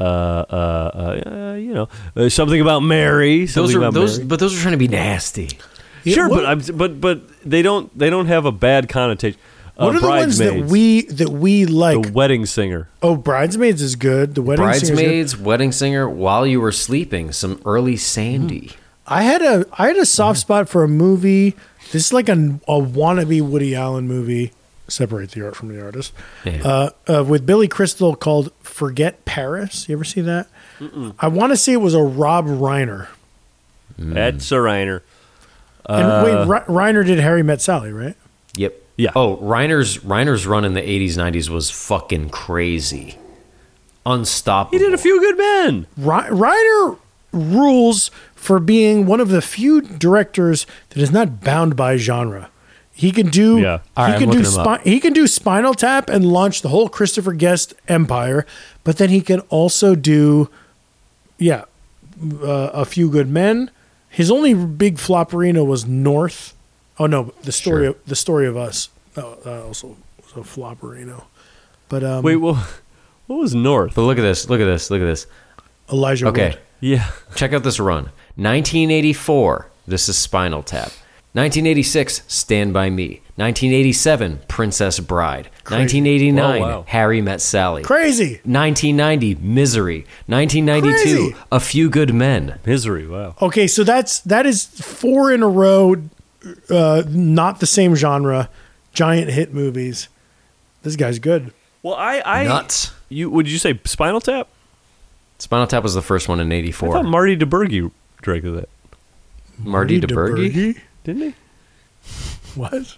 Speaker 1: Uh, uh, uh, uh, you know, uh, something about Mary. Something
Speaker 2: Those are
Speaker 1: about
Speaker 2: those,
Speaker 1: Mary.
Speaker 2: but those are trying to be nasty.
Speaker 3: Yeah,
Speaker 1: sure,
Speaker 3: what-
Speaker 1: but I'm, but but they don't they don't have a bad connotation. Uh,
Speaker 3: What are the ones that
Speaker 1: Bridesmaids,
Speaker 3: we that we like?
Speaker 1: the wedding singer?
Speaker 3: oh, bridesmaids is good. The wedding Singer's good.
Speaker 2: Bridesmaids, Wedding Singer, While You Were Sleeping, some early
Speaker 3: Mm-hmm.
Speaker 2: Sandy.
Speaker 3: I had a I had a
Speaker 2: Mm-hmm.
Speaker 3: soft spot for a movie. This is like a, a wannabe Woody Allen movie. Separate the art from the artist.
Speaker 2: Yeah.
Speaker 3: Uh, uh, with Billy Crystal called "Forget Paris." You ever see that? I want to say it was a Rob Reiner.
Speaker 1: Ed Sarainer.
Speaker 3: And
Speaker 2: Uh.
Speaker 3: wait, Re- Reiner did Harry Met Sally, right?
Speaker 2: Yep.
Speaker 1: Yeah.
Speaker 2: Oh, Reiner's Reiner's run in the eighties, nineties was fucking crazy, unstoppable.
Speaker 1: He did a few good men.
Speaker 3: Ry- Reiner rules for being one of the few directors that is not bound by genre. He can
Speaker 1: Yeah.
Speaker 3: do he
Speaker 2: All right, I'm
Speaker 3: can do
Speaker 2: looking him up.
Speaker 3: spi- he can do Spinal Tap and launch the whole Christopher Guest empire, but then he can also do yeah, uh, a few good men. His only big floperino was North. Oh no, the story
Speaker 2: Sure.
Speaker 3: of, the story of us. Oh, that also was a floperino. But um,
Speaker 1: Wait, well, <laughs> what was North?
Speaker 2: But look at this. Look at this. Look at this.
Speaker 3: Elijah
Speaker 2: Okay.
Speaker 3: Wood.
Speaker 1: Yeah,
Speaker 2: Check out this run. 1984. This is Spinal Tap. 1986, Stand by Me. 1987, Princess Bride. 1989,
Speaker 1: Oh, wow.
Speaker 2: Harry Met Sally.
Speaker 3: Crazy.
Speaker 2: 1990, Misery. 1992,
Speaker 3: Crazy.
Speaker 2: A Few Good Men.
Speaker 1: misery. Wow.
Speaker 3: Okay, so that's that is four in a row, uh, not the same genre, giant hit movies. This guy's good.
Speaker 1: Well, I, I
Speaker 2: Nuts.
Speaker 1: You would you say Spinal Tap?
Speaker 2: Spinal Tap was the first one in
Speaker 1: I thought
Speaker 2: 84.
Speaker 1: Marty DeBurgi directed that,
Speaker 2: Marty DeBurgi?
Speaker 1: didn't he?
Speaker 3: What?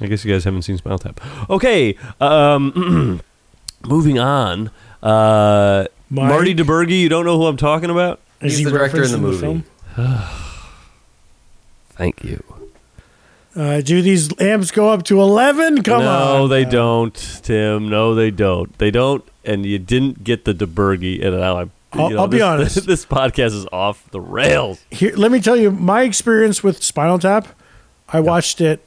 Speaker 1: I guess you guys haven't seen Spinal Tap. Okay, um, <clears throat> moving on. Uh,
Speaker 3: Mike?
Speaker 1: Marty DeBurgi, you don't know who I'm talking about?
Speaker 2: He's the director in the movie.
Speaker 1: Thank you.
Speaker 3: Uh, do these amps go up to eleven? Come on.
Speaker 1: no, they don't, Tim. No, they don't. They don't, and you didn't get the DeBurgi, and now I'm. you
Speaker 3: I'll- I'll be
Speaker 1: this- <laughs>
Speaker 3: honest.
Speaker 1: This podcast is off the rails.
Speaker 3: Here, let me tell you my experience with Spinal Tap. I watched it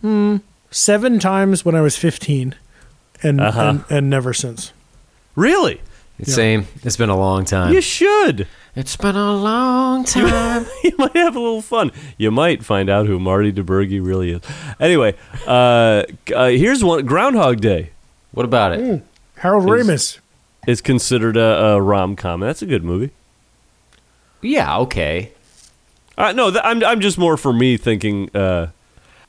Speaker 3: hmm, seven times when I was fifteen, and
Speaker 1: Uh-huh.
Speaker 3: and, and never since.
Speaker 1: Really?
Speaker 2: It's Same. It's been a long time.
Speaker 1: You should.
Speaker 2: It's been a long time.
Speaker 1: <laughs> you might have a little fun. You might find out who Marty DeBurgi really is. Anyway, uh, uh, here's one. Groundhog Day
Speaker 2: <laughs> what about it?
Speaker 3: Harold
Speaker 1: Is-
Speaker 3: Ramis.
Speaker 1: is considered a, a rom com. That's a good movie.
Speaker 2: Yeah, okay.
Speaker 1: Uh, no, th- I'm I'm just more for me thinking. Uh,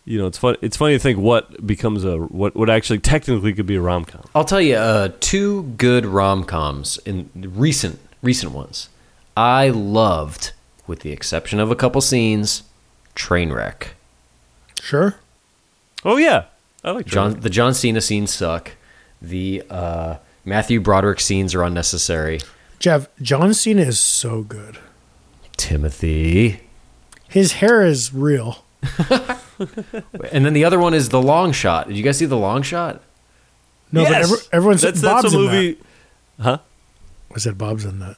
Speaker 1: you know, it's fun. It's funny to think what becomes a what what actually technically could be a rom com.
Speaker 2: I'll tell you uh, two good rom coms in recent recent ones. I loved, with the exception of a couple scenes, Trainwreck.
Speaker 3: Sure.
Speaker 1: Oh yeah, I like John.
Speaker 2: John, the John Cena scenes suck. The uh, Matthew Broderick scenes are unnecessary.
Speaker 3: Jeff John Cena is so good.
Speaker 2: Timothy.
Speaker 3: His hair is real.
Speaker 2: And then the other one is The Long Shot. Did you guys see The Long Shot?
Speaker 3: No, but
Speaker 1: Yes!
Speaker 3: every, everyone's
Speaker 1: that's
Speaker 3: Bob's
Speaker 1: that's a
Speaker 3: in
Speaker 1: movie.
Speaker 3: That. I said Bob's in that.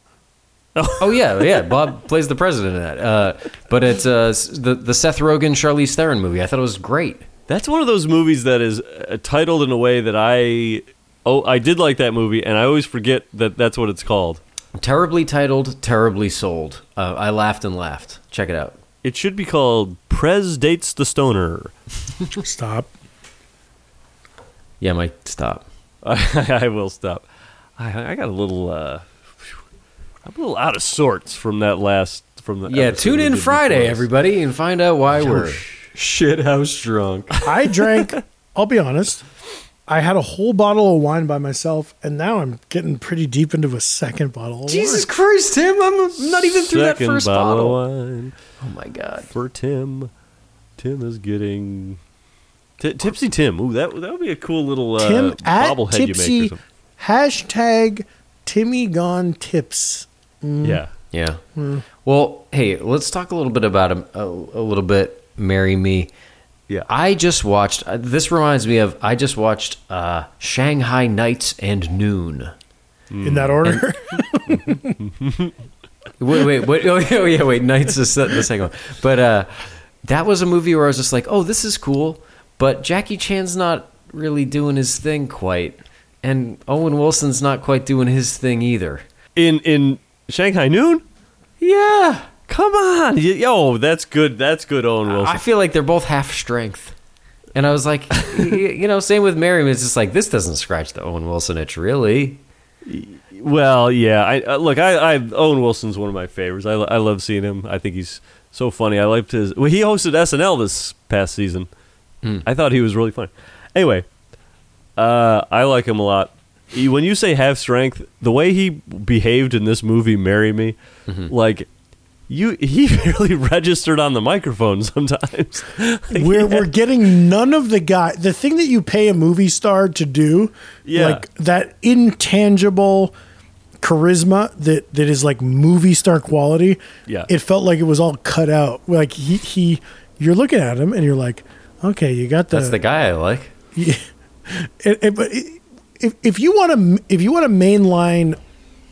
Speaker 2: Oh yeah, yeah. Bob plays the president in that. Uh, but it's uh, s- the the Seth Rogen Charlize Theron movie. I thought it was great.
Speaker 1: That's one of those movies that is uh, titled in a way that I oh I did like that movie, and I always forget that that's what it's called.
Speaker 2: Terribly titled, terribly sold. Uh, I laughed and laughed. Check it out.
Speaker 1: It should be called Prez Dates the Stoner.
Speaker 3: <laughs> Stop.
Speaker 2: Yeah, Mike, stop.
Speaker 1: <laughs> I will stop. I, I got a little. Uh, I'm a little out of sorts from that last. From the
Speaker 2: Yeah,
Speaker 1: episode
Speaker 2: tune
Speaker 1: we
Speaker 2: in
Speaker 1: did
Speaker 2: Friday,
Speaker 1: before.
Speaker 2: everybody, and find out why we're shit house drunk.
Speaker 3: I drank. I'll be honest. I had a whole bottle of wine by myself, and now I'm getting pretty deep into a second bottle. Of
Speaker 2: Jesus Christ, Tim! I'm not even through that
Speaker 1: Second
Speaker 2: first
Speaker 1: bottle
Speaker 2: bottle.
Speaker 1: of wine
Speaker 2: Oh my god.
Speaker 1: for Tim. Tim is getting Ti- tipsy. Tim. Ooh, that that would be a cool little uh,
Speaker 3: wine. Tim at
Speaker 1: bobblehead you
Speaker 3: tipsy
Speaker 1: make. Or
Speaker 3: hashtag Timmy gone tips.
Speaker 1: something. Yeah.
Speaker 2: Yeah.
Speaker 1: Hmm.
Speaker 2: Well, hey, let's talk a little bit about him. A, a little bit. Marry me.
Speaker 1: Yeah.
Speaker 2: I just watched. Uh, this reminds me of. I just watched uh, Shanghai Nights and Noon.
Speaker 3: In that order,
Speaker 2: Wait, wait, wait. <laughs> Oh, yeah, oh, yeah, wait. Nights is the the second one. But uh, that was a movie where I was just like, oh, this is cool. But Jackie Chan's not really doing his thing quite. And Owen Wilson's not quite doing his thing either.
Speaker 1: In in Shanghai Noon.
Speaker 2: Yeah.
Speaker 1: Come on, Y- yo, that's good. That's good, Owen Wilson.
Speaker 2: I feel like they're both half strength. And I was like, y- you know, same with Mary. It's just like, this doesn't scratch the Owen Wilson itch, really.
Speaker 1: well, yeah. I uh, look. I, I Owen Wilson's one of my favorites. I, lo- I love seeing him. I think he's so funny. I liked his. Well, he hosted SNL this past season. I thought he was really funny. Anyway, uh, I like him a lot. He- when you say half strength, the way he behaved in this movie, "Marry Me," like you, he <laughs> barely registered on the microphone sometimes. <laughs> Like,
Speaker 3: we're
Speaker 1: yeah.
Speaker 3: we're getting none of the guy. The thing that you pay a movie star to do,
Speaker 1: Yeah.
Speaker 3: like that intangible charisma that that is like movie star quality.
Speaker 1: Yeah.
Speaker 3: it felt like it was all cut out. Like he he, you're looking at him and you're like, okay, you got
Speaker 2: That's the guy I like.
Speaker 3: it, it, but it- if if you want to if you want to mainline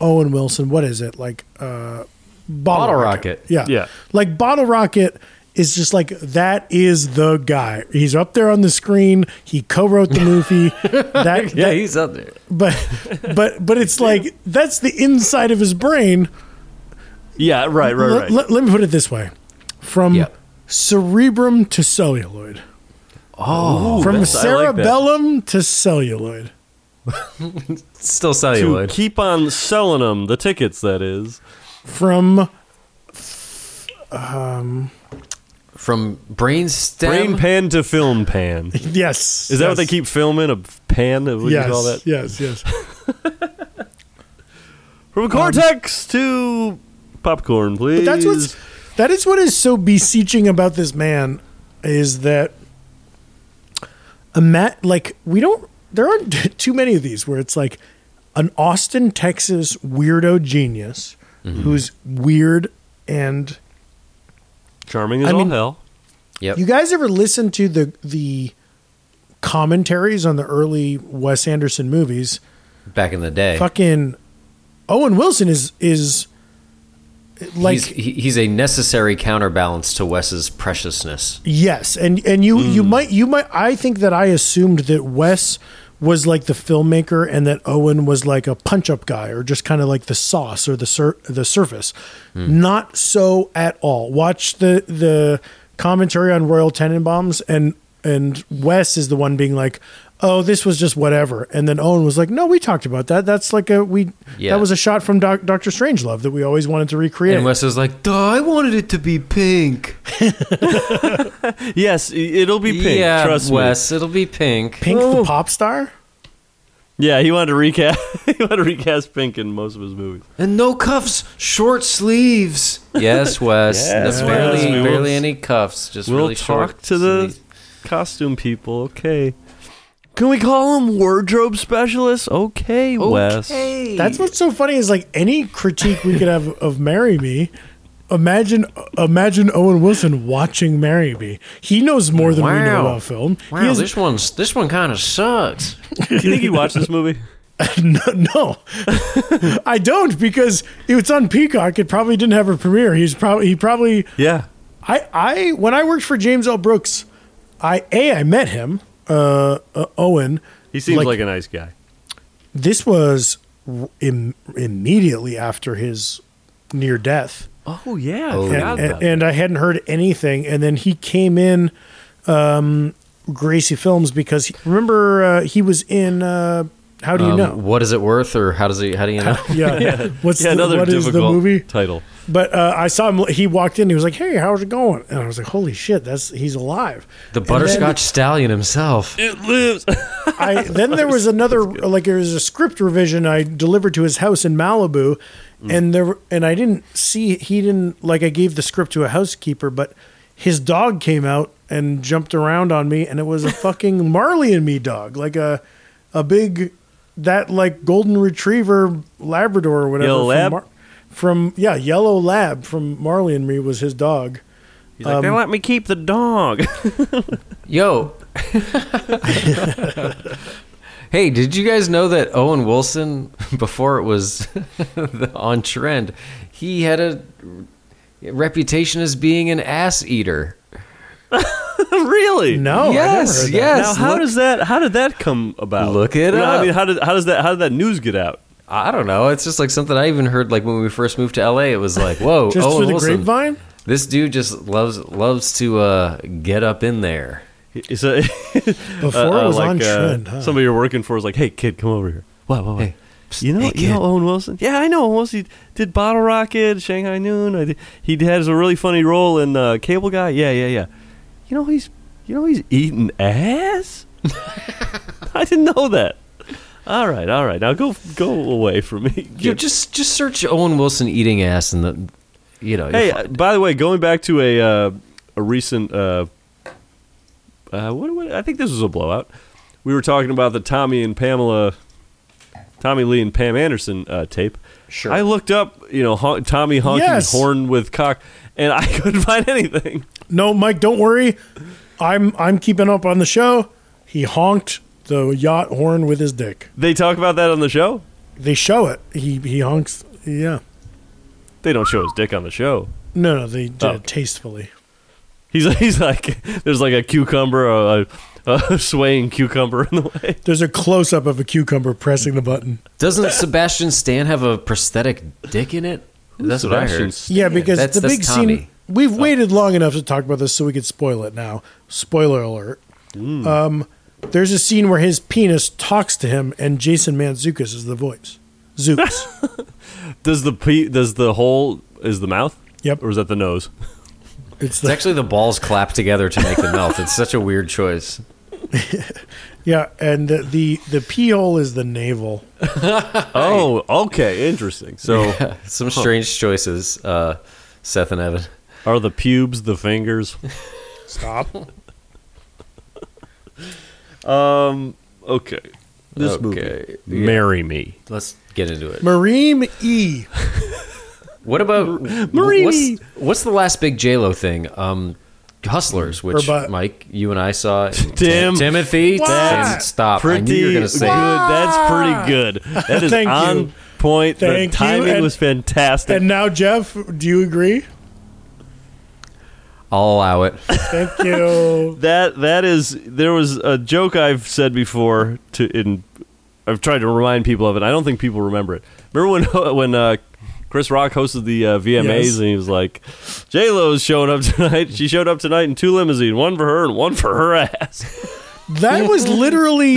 Speaker 3: Owen Wilson, what is it like? Uh, bottle,
Speaker 2: Bottle Rocket.
Speaker 3: Yeah,
Speaker 1: Yeah.
Speaker 3: Like bottle rocket is just like that is the guy. He's up there on the screen. He co-wrote the
Speaker 1: <laughs>
Speaker 3: movie. that,
Speaker 2: Yeah,
Speaker 3: that-
Speaker 2: he's up there.
Speaker 3: but but but it's like that's the inside of his brain.
Speaker 1: yeah, right, right,
Speaker 3: Let-
Speaker 1: right.
Speaker 3: let- let me put it this way: from
Speaker 2: Yeah.
Speaker 3: cerebrum to celluloid,
Speaker 2: Oh,
Speaker 1: Ooh,
Speaker 3: from
Speaker 1: that's- I like that.
Speaker 3: cerebellum to celluloid.
Speaker 2: still
Speaker 1: to
Speaker 2: celluloid.
Speaker 1: keep on selling them the tickets. That is.
Speaker 3: From
Speaker 2: From brainstem.
Speaker 1: Brain pan to film pan. Is
Speaker 3: yes,
Speaker 1: that what they
Speaker 3: yes.
Speaker 1: keep filming? A pan? What do
Speaker 3: yes,
Speaker 1: you call that?
Speaker 3: Yes, yes.
Speaker 1: From cortex to popcorn, please.
Speaker 3: But that's
Speaker 1: <laughs>
Speaker 3: what's that is what is so beseeching about this man is that a mat like we don't there aren't <laughs> too many of these where it's like an Austin, Texas weirdo genius
Speaker 1: Mm-hmm.
Speaker 3: who's weird and
Speaker 1: charming as
Speaker 3: I
Speaker 1: all
Speaker 3: mean-
Speaker 1: hell.
Speaker 2: Yep.
Speaker 3: you guys ever listen to the the commentaries on the early Wes Anderson movies?
Speaker 2: Back in the day.
Speaker 3: Fucking Owen Wilson is is like
Speaker 2: he's, he- he's a necessary counterbalance to Wes's preciousness.
Speaker 3: Yes, and and you
Speaker 2: Hmm.
Speaker 3: you might you might I think that I assumed that Wes was like the filmmaker and that Owen was like a punch up guy or just kind of like the sauce or the sur- the surface.
Speaker 2: Hmm.
Speaker 3: Not so at all. Watch the the commentary on Royal Tenenbaums and and Wes is the one being like, "Oh, this was just whatever." And then Owen was like, "No, we talked about that. That's like a we
Speaker 2: Yeah.
Speaker 3: that was a shot from Doc, Doctor Strangelove that we always wanted to recreate."
Speaker 2: And Wes was like, duh, I wanted it to be pink.
Speaker 1: Yes, i- it'll be pink.
Speaker 2: yeah,
Speaker 1: trust
Speaker 2: Wes, it'll be pink.
Speaker 3: Pink
Speaker 1: Oh.
Speaker 3: the pop star?
Speaker 1: me. Yeah, he wanted to recast. <laughs> he wanted to recast pink in most of his movies.
Speaker 2: And no cuffs, short sleeves. Yes,
Speaker 1: <laughs>
Speaker 2: Wes.
Speaker 1: Yes,
Speaker 2: That's barely,
Speaker 1: Wes. We will-
Speaker 2: barely any cuffs. Just
Speaker 1: We'll
Speaker 2: really short
Speaker 1: talk to the
Speaker 2: sleeves.
Speaker 1: costume people. Okay. Can we call him wardrobe specialist? Okay, Wes.
Speaker 2: Okay.
Speaker 3: That's what's so funny is like any critique we could have of "Marry Me." Imagine, imagine Owen Wilson watching "Marry Me." He knows more than we know
Speaker 2: Wow.
Speaker 3: about film.
Speaker 2: wow.
Speaker 3: he is,
Speaker 2: this one's this one kind of sucks.
Speaker 1: Do you think he watched this movie?
Speaker 3: no, <laughs> no. <laughs> I don't because it's on Peacock. It probably didn't have a premiere. He's probably he probably
Speaker 1: Yeah.
Speaker 3: I, I when I worked for James L. Brooks, I a I met him, uh, uh Owen.
Speaker 1: He seems
Speaker 3: Like-
Speaker 1: like a nice guy.
Speaker 3: This was Im- immediately after his near death.
Speaker 1: Oh yeah, I
Speaker 2: Oh,
Speaker 1: forgot
Speaker 2: yeah.
Speaker 3: and,
Speaker 1: about
Speaker 3: and, and I hadn't heard anything. And then he came in, um, Gracie Films, because he, remember uh, he was in uh, How Do You
Speaker 2: Um, <laughs>
Speaker 3: Know?
Speaker 2: What is it worth, or how does he? How do <laughs> you know?
Speaker 3: Yeah, what's
Speaker 1: yeah,
Speaker 3: the,
Speaker 1: another
Speaker 3: what is
Speaker 1: difficult
Speaker 3: the movie?
Speaker 1: title.
Speaker 3: But uh, I saw him. He walked in. He was like, "Hey, how's it going?" And I was like, "Holy shit, that's he's alive."
Speaker 2: the
Speaker 3: And then-
Speaker 2: butterscotch stallion himself.
Speaker 1: It lives.
Speaker 3: I, then there was another like there was a script revision I delivered to his house in Malibu, and there and I didn't see he didn't like I gave the script to a housekeeper, but his dog came out and jumped around on me, and it was a fucking Marley and Me dog, like a a big that like golden retriever Labrador or whatever
Speaker 1: Yellow
Speaker 3: from,
Speaker 1: lab?
Speaker 3: from yeah yellow lab from Marley and Me was his dog.
Speaker 1: He's like, they
Speaker 2: Um,
Speaker 1: let me keep the dog. <laughs>
Speaker 2: Yo. <laughs> hey, did you guys know that Owen Wilson, <laughs> before it was <laughs> the on trend, he had a reputation as being an ass eater.
Speaker 1: really?
Speaker 3: No, I never
Speaker 2: yes,
Speaker 3: heard that.
Speaker 2: yes.
Speaker 1: Now, how
Speaker 2: look-
Speaker 1: does that? How did that come about?
Speaker 2: Look it
Speaker 1: You know,
Speaker 2: up.
Speaker 1: I mean, how did how does that how did that news get out?
Speaker 2: I don't know. It's just like something I even heard like when we first moved to LA. It was like, whoa,
Speaker 3: <laughs> Just
Speaker 2: Owen
Speaker 3: through the
Speaker 2: Oh, Wilson.
Speaker 3: grapevine.
Speaker 2: This dude just loves loves to uh, get up in there.
Speaker 1: It's a- Uh,
Speaker 3: Before it was on trend, huh?
Speaker 1: Somebody you're working for is like, hey kid, come over here. What? What?
Speaker 2: Hey, psst,
Speaker 1: You know,
Speaker 2: hey,
Speaker 1: you
Speaker 2: kid.
Speaker 1: know Owen Wilson. Yeah, I know Owen Wilson. He did Bottle Rocket, Shanghai Noon. I did, he has a really funny role in uh, Cable Guy. Yeah, yeah, yeah. You know he's, you know he's eating ass. <laughs> I didn't know that. All right, all right. Now go, go away from me.
Speaker 2: You just just search Owen Wilson eating ass and the you know. you'll
Speaker 1: hey,
Speaker 2: find
Speaker 1: uh, by the way, going back to a uh, a recent, uh, uh, what, what? I think this was a blowout. We were talking about the Tommy and Pamela, Tommy Lee and Pam Anderson uh, tape.
Speaker 2: Sure.
Speaker 1: I looked up, you know, hon- Tommy honking
Speaker 3: Yes.
Speaker 1: horn with cock, and I <laughs> couldn't find anything.
Speaker 3: No, Mike, don't worry. I'm I'm keeping up on the show. He honked the yacht horn with his dick.
Speaker 1: They talk about that on the show.
Speaker 3: They show it. He he honks. Yeah.
Speaker 1: They don't show his dick on the show.
Speaker 3: No, no, they did
Speaker 1: Oh.
Speaker 3: it tastefully.
Speaker 1: He's <laughs> he's like there's like a cucumber, a, a, <laughs> a swaying cucumber in the way.
Speaker 3: There's a close up of a cucumber pressing the button.
Speaker 2: Doesn't
Speaker 3: <laughs>
Speaker 2: Sebastian Stan have a prosthetic dick in it? That's what I heard.
Speaker 1: Sebastian's-
Speaker 3: Yeah, because
Speaker 2: That's-
Speaker 3: the
Speaker 2: that's
Speaker 3: big
Speaker 2: Tommy.
Speaker 3: scene. We've waited long enough to talk about this, so we could spoil it now. Spoiler alert. Um, there's a scene where his penis talks to him, and Jason Mantzoukas is the voice. Zooks.
Speaker 1: Does the pe- does the hole is the mouth?
Speaker 3: Yep.
Speaker 1: Or is that the nose?
Speaker 3: it's
Speaker 2: It's
Speaker 3: the
Speaker 2: actually the balls clapped together to make the mouth. It's such a weird choice.
Speaker 3: yeah, and the the, the pee hole is the navel.
Speaker 1: Oh, okay,
Speaker 2: <laughs>
Speaker 1: interesting. So,
Speaker 2: Some strange choices, uh, Seth and Evan.
Speaker 1: are the pubes the fingers?
Speaker 3: Stop.
Speaker 1: Um, okay. This
Speaker 2: Okay,
Speaker 1: movie, marry me.
Speaker 2: Let's get into it.
Speaker 3: Mareem E.
Speaker 2: What about Marie?
Speaker 1: Marie!
Speaker 2: What's, what's the last big J Lo thing? Um, Hustlers, which
Speaker 3: Or bu-
Speaker 2: Mike, you and I <laughs> saw.
Speaker 1: Tim.
Speaker 2: Timothy,
Speaker 3: Why?
Speaker 2: Tim, stop! I
Speaker 1: Pretty
Speaker 2: knew you were going to say.
Speaker 1: good. That's pretty good. That is
Speaker 3: Thank you.
Speaker 1: on point.
Speaker 3: Thank
Speaker 1: the
Speaker 3: you,
Speaker 1: timing
Speaker 3: and-
Speaker 1: was fantastic.
Speaker 3: And now, Jeff, do you agree?
Speaker 2: I'll allow <laughs> it.
Speaker 3: Thank you.
Speaker 1: that that is there was a joke I've said before to in I've tried to remind people of it. I don't think people remember it. Remember when <laughs> when uh, Chris Rock hosted the uh, VMAs
Speaker 3: Yes.
Speaker 1: and he was like, "J Lo's showing up <laughs> tonight. She showed up tonight in two limousines, one for her and one for her ass."
Speaker 3: <laughs> That was literally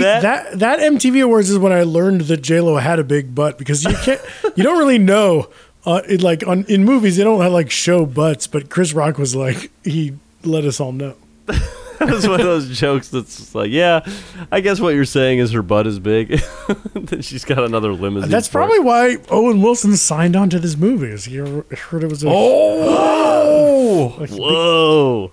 Speaker 1: <laughs> That-
Speaker 3: that, that MTV Awards is when I learned that J Lo had a big butt because you can't you don't really know uh, it, like on in movies they don't uh, like show butts, but Chris Rock was like he let us all know.
Speaker 1: that was one of those jokes that's just like, "Yeah, I guess what you're saying is her butt is big. <laughs> Then she's got another limousine."
Speaker 3: That's
Speaker 1: for it.
Speaker 3: probably why Owen Wilson signed on to this movie. Is he heard it was a <laughs>
Speaker 1: Oh, whoa!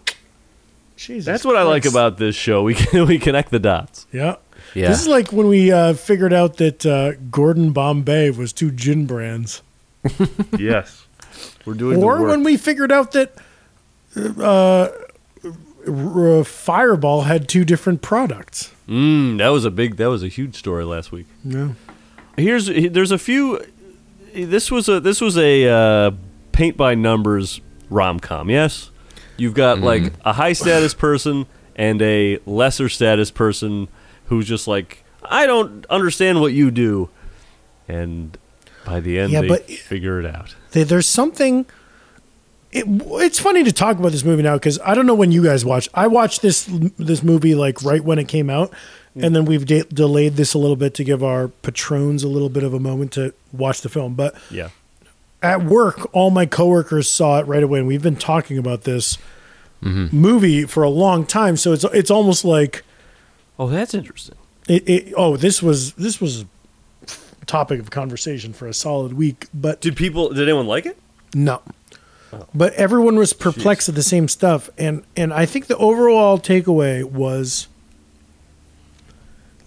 Speaker 3: Jesus
Speaker 1: That's what I like
Speaker 3: Christ.
Speaker 1: about this show. We can, <laughs> we connect the dots.
Speaker 3: yeah.
Speaker 2: Yeah.
Speaker 3: This is like when we uh, figured out that uh, Gordon Bombay was two gin brands.
Speaker 1: Yes. We're doing the
Speaker 3: or
Speaker 1: work.
Speaker 3: when we figured out that uh, r- r- Fireball had two different products.
Speaker 1: Mm, that was a big. That was a huge story last week.
Speaker 3: Yeah.
Speaker 1: Here's he- there's a few. This was a this was a uh, paint by numbers rom com. Yes, you've got like a high status person and a lesser status person who's just like I don't understand what you do, and by the end
Speaker 3: Yeah,
Speaker 1: they
Speaker 3: but-
Speaker 1: figure it out.
Speaker 3: There- There's something. It, it's funny to talk about this movie now because I don't know when you guys watch. I watched this this movie like right when it came out, and then we've de- delayed this a little bit to give our patrons a little bit of a moment to watch the film. But
Speaker 1: Yeah.
Speaker 3: at work, all my coworkers saw it right away, and we've been talking about this movie for a long time. So it's it's almost like
Speaker 1: Oh, that's interesting.
Speaker 3: it, it. Oh, this was this was a topic of conversation for a solid week, but
Speaker 1: Did people? Did anyone like it?
Speaker 3: No. But everyone was perplexed at the same stuff and and I think the overall takeaway was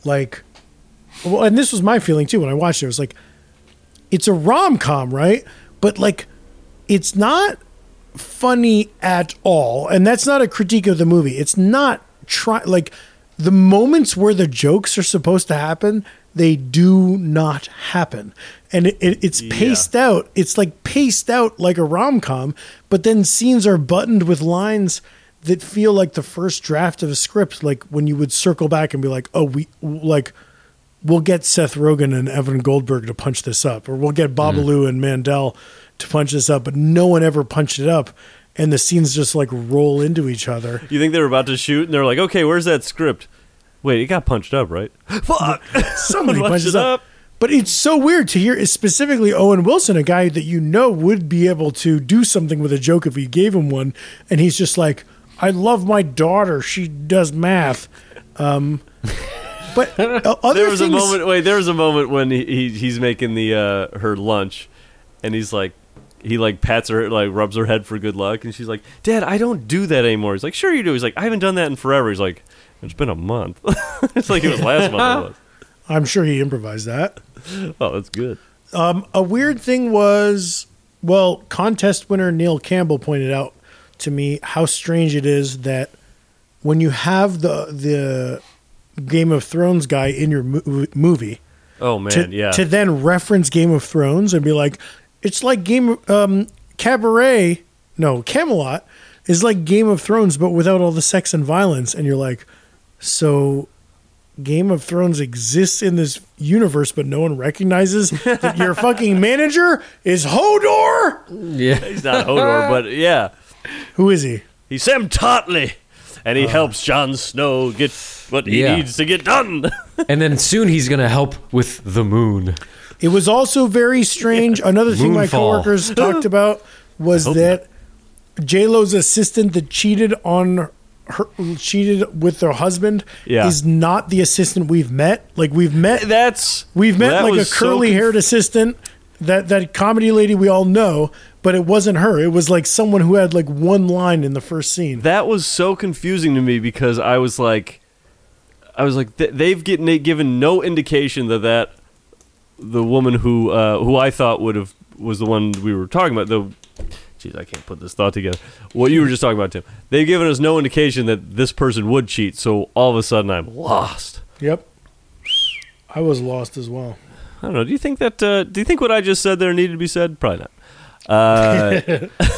Speaker 3: like well and this was my feeling too when I watched it it was like it's a rom-com, right? But like it's not funny at all. And that's not a critique of the movie. It's not try like the moments where the jokes are supposed to happen, they do not happen. And it, it, it's paced out. It's like paced out like a rom com, but then scenes are buttoned with lines that feel like the first draft of a script, like when you would circle back and be like, oh, we like we'll get Seth Rogen and Evan Goldberg to punch this up, or we'll get Babalu and Mandel to punch this up, but no one ever punched it up, and the scenes just like roll into each other.
Speaker 1: You think they were about to shoot, and they're like, "Okay, where's that script?" Wait, it got punched up, right? Fuck.
Speaker 3: Somebody
Speaker 1: Punch
Speaker 3: punches
Speaker 1: it up.
Speaker 3: up. But it's so weird to hear is specifically Owen Wilson, a guy that you know would be able to do something with a joke if you gave him one, and he's just like, "I love my daughter. She does math." Um, <laughs> but o- other
Speaker 1: there was
Speaker 3: things,
Speaker 1: a moment. Wait, there was a moment when he, he he's making the uh, her lunch, and he's like, he like pats her, like rubs her head for good luck, and she's like, "Dad, I don't do that anymore." He's like, "Sure you do." He's like, "I haven't done that in forever." He's like, "It's been a month." <laughs> it's like it was last month.
Speaker 3: I'm sure he improvised that. <laughs>
Speaker 1: It was. Oh, that's good.
Speaker 3: Um, a weird thing was, well, contest winner Neil Campbell pointed out to me how strange it is that when you have the the Game of Thrones guy in your mo- movie,
Speaker 1: Oh man,
Speaker 3: to,
Speaker 1: yeah.
Speaker 3: to then reference Game of Thrones and be like, it's like Game um, Cabaret, no Camelot is like Game of Thrones but without all the sex and violence, and you're like, so Game of Thrones exists in this universe but no one recognizes that your fucking manager is Hodor.
Speaker 2: Yeah.
Speaker 1: <laughs> he's not
Speaker 3: <laughs>
Speaker 1: Hodor, but yeah,
Speaker 3: Who is he?
Speaker 1: he's Sam Totley, and he helps Jon Snow get what he
Speaker 2: Yeah.
Speaker 1: needs to get done. <laughs>
Speaker 2: And then soon he's going to help with the moon.
Speaker 3: It was also very strange. Another thing my
Speaker 2: Moonfall.
Speaker 1: <gasps>
Speaker 3: coworkers talked about was that J Lo's assistant that cheated on her, cheated with their husband,
Speaker 1: Yeah.
Speaker 3: is not the assistant we've met. Like we've met,
Speaker 1: that's
Speaker 3: we've met
Speaker 1: that
Speaker 3: like a
Speaker 1: was so
Speaker 3: curly haired assistant, that that comedy lady we all know, but it wasn't her. It was like someone who had like one line in the first scene.
Speaker 1: that was so confusing to me because I was like, I was like, th- they've get, they given no indication that that the woman who uh, who I thought would have was the one we were talking about. The jeez, I can't put this thought together. What you were just talking about, Tim? They've given us no indication that this person would cheat. So all of a sudden, I'm lost.
Speaker 3: Yep, I was lost as well.
Speaker 1: I don't know. Do you think that? Uh, do you think what I just said there needed to be said? Probably not. Uh,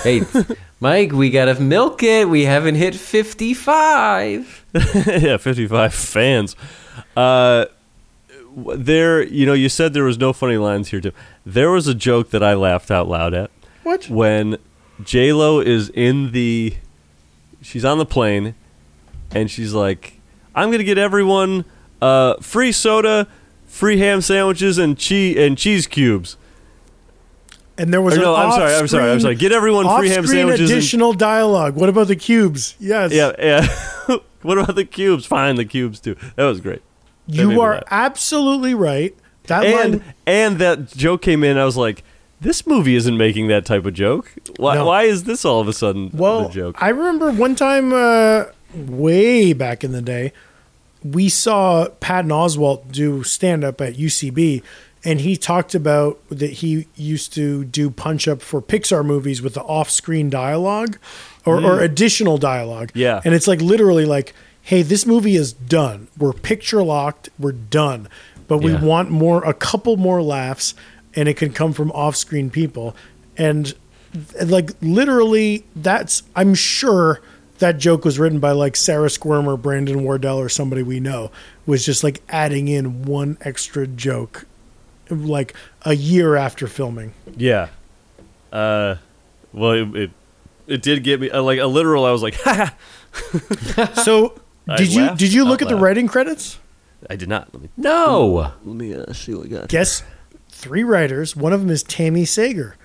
Speaker 2: Hey, <laughs> Mike, we got to milk it. We haven't hit 55.
Speaker 1: <laughs> yeah, 55 fans. Uh, w- there, you know, you said there was no funny lines here, Tim. There was a joke that I laughed out loud at
Speaker 3: What?
Speaker 1: when J Lo is in the, she's on the plane, and she's like, "I'm gonna get everyone uh, free soda, free ham sandwiches, and cheese and cheese cubes."
Speaker 3: And there was
Speaker 1: Or
Speaker 3: an
Speaker 1: no, I'm sorry, I'm sorry, I'm
Speaker 3: off-screen-
Speaker 1: sorry. Get everyone free ham
Speaker 3: Off-screen
Speaker 1: sandwiches. and-
Speaker 3: Additional dialogue. What about the cubes? Yes.
Speaker 1: yeah, <laughs> yeah. what about the cubes? Fine, the cubes too. That was great. That made me
Speaker 3: you are
Speaker 1: laugh.
Speaker 3: absolutely right. That
Speaker 1: and
Speaker 3: line.
Speaker 1: and that joke came in. I was like, this movie isn't making that type of joke. Why,
Speaker 3: No.
Speaker 1: why is this all of a sudden
Speaker 3: Well,
Speaker 1: the joke?
Speaker 3: I remember one time, uh, way back in the day, we saw Patton Oswalt do stand up at UCB, and he talked about that he used to do punch up for Pixar movies with the off screen dialogue or, or additional dialogue.
Speaker 1: Mm. Yeah.
Speaker 3: And it's like literally like, hey, this movie is done. We're picture locked. We're done. But we
Speaker 2: Yeah.
Speaker 3: want more, a couple more laughs, and it can come from off screen people. And th- like literally, that's, I'm sure that joke was written by like Sarah Squirm or Brandon Wardell or somebody we know, was just like adding in one extra joke like a year
Speaker 1: <laughs>
Speaker 3: after filming.
Speaker 1: Yeah. Uh, well, it, it it did get me uh, like a literal. I was like, <laughs> ha, ha.
Speaker 3: So
Speaker 1: I
Speaker 3: did you
Speaker 1: laughed
Speaker 3: did you look
Speaker 1: out
Speaker 3: at the
Speaker 1: loud.
Speaker 3: writing credits?
Speaker 1: I did not. Let me
Speaker 2: No.
Speaker 1: let me uh, see what I got.
Speaker 3: Guess three writers. One of them is Tammy Sager.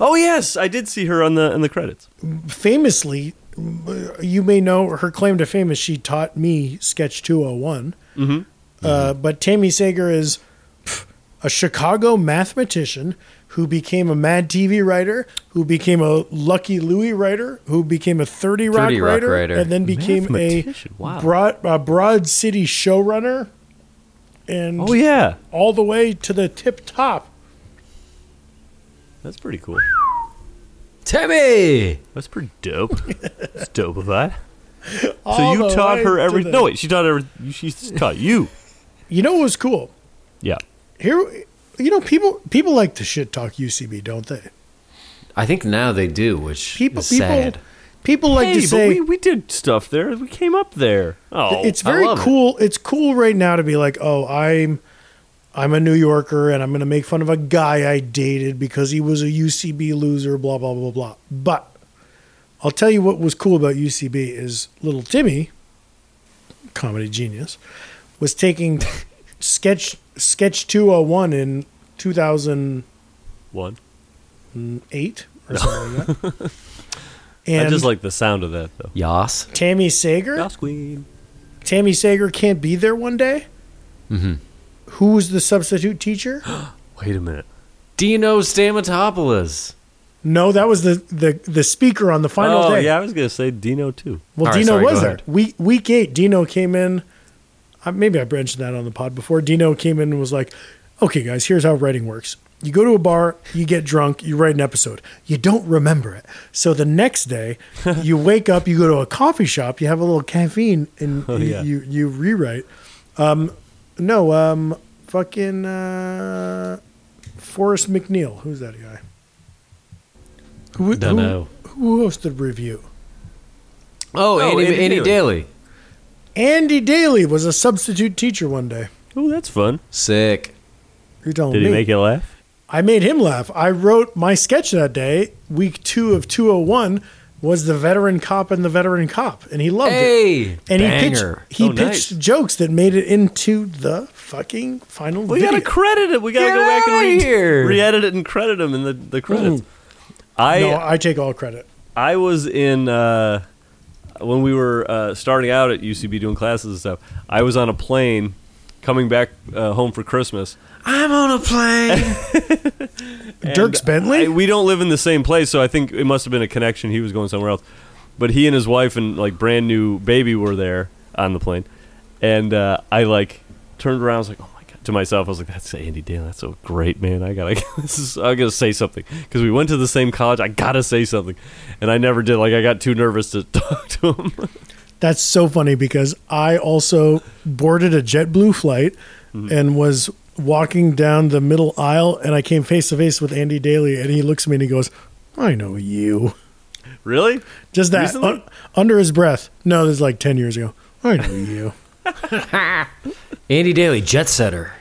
Speaker 1: Oh yes, I did see her on the in the credits.
Speaker 3: Famously, you may know her claim to fame is she taught me Sketch 201. Uh, but Tammy Sager is pff, a Chicago mathematician who became a Mad TV writer, who became a Lucky Louie writer, who became a 30 Rock,
Speaker 2: 30 Rock
Speaker 3: writer,
Speaker 2: writer.
Speaker 3: and then became a
Speaker 1: Mathematician, wow.
Speaker 3: broad, a broad city showrunner, and
Speaker 1: Oh yeah,
Speaker 3: all the way to the tip top.
Speaker 1: that's pretty cool.
Speaker 2: Timmy.
Speaker 1: That's pretty dope. It's dope of
Speaker 3: <laughs>
Speaker 1: that. So
Speaker 3: all
Speaker 1: you
Speaker 3: the
Speaker 1: taught
Speaker 3: way
Speaker 1: her
Speaker 3: to
Speaker 1: every.
Speaker 3: the-
Speaker 1: No wait, she taught her. She taught you.
Speaker 3: You know what was cool?
Speaker 1: Yeah.
Speaker 3: Here, you know, people people like to shit talk UCB, don't they?
Speaker 2: I think now they do, which
Speaker 3: People,
Speaker 2: is
Speaker 3: people,
Speaker 2: sad.
Speaker 3: people like
Speaker 1: hey,
Speaker 3: to say
Speaker 1: but we, we did stuff there. We came up there. Oh,
Speaker 3: it's
Speaker 2: I
Speaker 3: very
Speaker 2: love it.
Speaker 3: cool. It's cool right now to be like, oh, I'm I'm a New Yorker and I'm going to make fun of a guy I dated because he was a UCB loser. Blah blah blah blah. But I'll tell you what was cool about UCB is little Timmy, comedy genius, was taking <laughs> sketch sketch 201 in 2008
Speaker 1: one.
Speaker 3: or something like that.
Speaker 1: <laughs> I
Speaker 3: And
Speaker 1: just like the sound of that though.
Speaker 2: Yas.
Speaker 3: Tammy Sager.
Speaker 1: Mouse Queen.
Speaker 3: Tammy Sager can't be there one day.
Speaker 1: Mm-hmm.
Speaker 3: Who was the substitute teacher? <gasps>
Speaker 1: Wait a minute.
Speaker 2: Dino Stamatopoulos.
Speaker 3: No, that was the the, the speaker on the final
Speaker 1: oh
Speaker 3: day.
Speaker 1: yeah, I was gonna say Dino too.
Speaker 3: Well,
Speaker 2: All right,
Speaker 3: Dino
Speaker 2: sorry,
Speaker 3: was
Speaker 2: go
Speaker 3: there.
Speaker 2: ahead.
Speaker 3: Week week eight, Dino came in. Uh, maybe I mentioned that on the pod before. Dino came in and was like, "Okay, guys, here's how writing works. You go to a bar, you get drunk, you write an episode. You don't remember it. So the next
Speaker 2: <laughs>
Speaker 3: day, you wake up, you go to a coffee shop, you have a little caffeine, and
Speaker 2: Oh,
Speaker 3: you,
Speaker 1: yeah.
Speaker 3: you you rewrite. Um, no, um, fucking uh, Forrest McNeil. Who's that guy? Who,
Speaker 2: Dunno.
Speaker 3: who, who hosted review?
Speaker 2: Oh, Andy,
Speaker 1: Andy
Speaker 2: Andy,
Speaker 1: Daly.
Speaker 2: Daly.
Speaker 3: Andy Daly was a substitute teacher one day.
Speaker 1: Oh, that's fun.
Speaker 2: Sick.
Speaker 3: You're telling
Speaker 1: Did
Speaker 3: Oh, me.
Speaker 1: he make you laugh?
Speaker 3: I made him laugh. I wrote my sketch that day. Week two of 201 was the veteran cop and the veteran cop, and he loved it.
Speaker 2: Hey,
Speaker 3: And
Speaker 2: banger.
Speaker 3: he pitched he
Speaker 1: Oh, nice.
Speaker 3: pitched jokes that made it into the fucking final
Speaker 1: We
Speaker 3: video.
Speaker 1: gotta credit it. We gotta
Speaker 2: Get
Speaker 1: go back
Speaker 2: outta
Speaker 1: and
Speaker 2: here.
Speaker 1: re- edit it and credit him in the, the credits. I
Speaker 3: no, I take all credit.
Speaker 1: I was in uh, when we were uh, starting out at UCB doing classes and stuff. I was on a plane coming back uh, home for Christmas.
Speaker 2: I'm on a <laughs> plane.
Speaker 1: And
Speaker 3: Dirks Bentley?
Speaker 1: I- we don't live in the same place, so I think it must have been a connection. He was going somewhere else, but he and his wife and like brand new baby were there on the plane, and uh, I like turned around. I was like, oh my god, to myself. I was like, that's Andy Dale. That's so great, man. I gotta, <laughs> this is, I gotta say something because we went to the same college. I gotta say something, and I never did. Like I got too nervous to <laughs> talk to him.
Speaker 3: That's so funny because I also boarded a JetBlue flight
Speaker 1: Mm-hmm.
Speaker 3: and was walking down the middle aisle, and I came face to face with Andy Daly, and he looks at me and he goes, "I know you."
Speaker 1: really?
Speaker 3: Just that
Speaker 1: Recently?
Speaker 3: un- under his breath. No, this is like ten years ago.
Speaker 1: <laughs>
Speaker 3: I know you.
Speaker 2: Andy Daly, jet setter.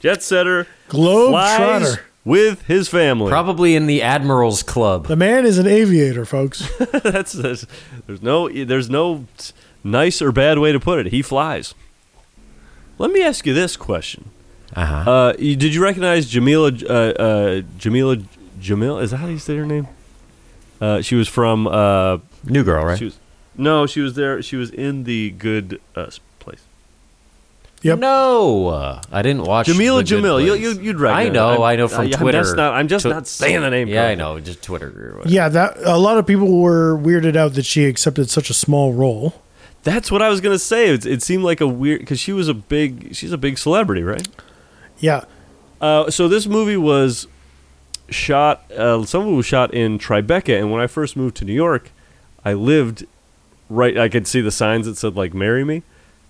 Speaker 1: Jet setter flies
Speaker 3: Globetrotter.
Speaker 1: with his family.
Speaker 2: Probably in the Admiral's Club.
Speaker 3: The man is an
Speaker 1: <laughs>
Speaker 3: aviator, folks.
Speaker 1: that's, that's there's no there's no nice or bad way to put it. He flies. Let me ask you this question:
Speaker 2: Uh-huh.
Speaker 1: uh, you- Did you recognize Jamila? Uh, uh, Jamila Jamil? Is that how you say her name? Uh, she was from. Uh,
Speaker 2: New girl, right?
Speaker 1: She was. No, she was there. She was in the good uh, place.
Speaker 3: Yep.
Speaker 2: No, uh, I didn't watch.
Speaker 1: Jamila
Speaker 2: The Good
Speaker 1: Jamil. You,
Speaker 2: Place.
Speaker 1: you, you'd
Speaker 2: I
Speaker 1: recognize.
Speaker 2: know.
Speaker 1: I'm- uh,
Speaker 2: i know from
Speaker 1: I'm just
Speaker 2: Twitter.
Speaker 1: not- I'm just
Speaker 2: Tw-
Speaker 1: not saying the name
Speaker 2: Yeah, I
Speaker 1: correctly.
Speaker 2: know. Just Twitter. Yeah.
Speaker 3: yeah, that a lot of people were weirded out that she accepted such a small role.
Speaker 1: That's what I was gonna say. It, it seemed like a weird because she was a big. She's a big celebrity, right?
Speaker 3: Yeah.
Speaker 1: Uh, so this movie was shot. Uh, some of it was shot in Tribeca, and when I first moved to New York, I lived right. I could see the signs that said like "Marry Me,"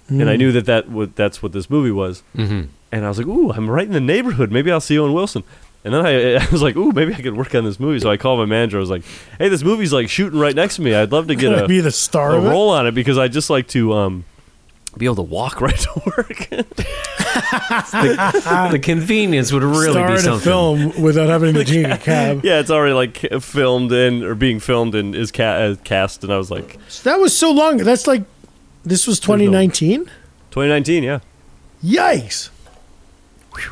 Speaker 1: and
Speaker 3: Hmm.
Speaker 1: I knew that that would, that's what this movie was. Mm-hmm. And I was like, "Ooh, I'm right in the neighborhood. Maybe I'll see Owen Wilson." And then I, <laughs> I was like, "Ooh, maybe I could work on this movie." So I called my manager. I was like, "Hey, this movie's like shooting right next to me. I'd love to get a,
Speaker 3: Be the star
Speaker 1: a
Speaker 3: of it?
Speaker 1: <laughs> role on it because I just like to um, be able to walk right to work."
Speaker 2: the, the convenience would really
Speaker 3: Starring
Speaker 2: be
Speaker 3: a
Speaker 2: something.
Speaker 3: film
Speaker 1: <laughs>
Speaker 3: without having to take a cab.
Speaker 1: Yeah, it's already like ca- filmed in or being filmed and is ca- uh, cast. And I was like,
Speaker 3: So that was so long. That's like this was 2019.
Speaker 1: 2019. Yeah,
Speaker 3: Yikes!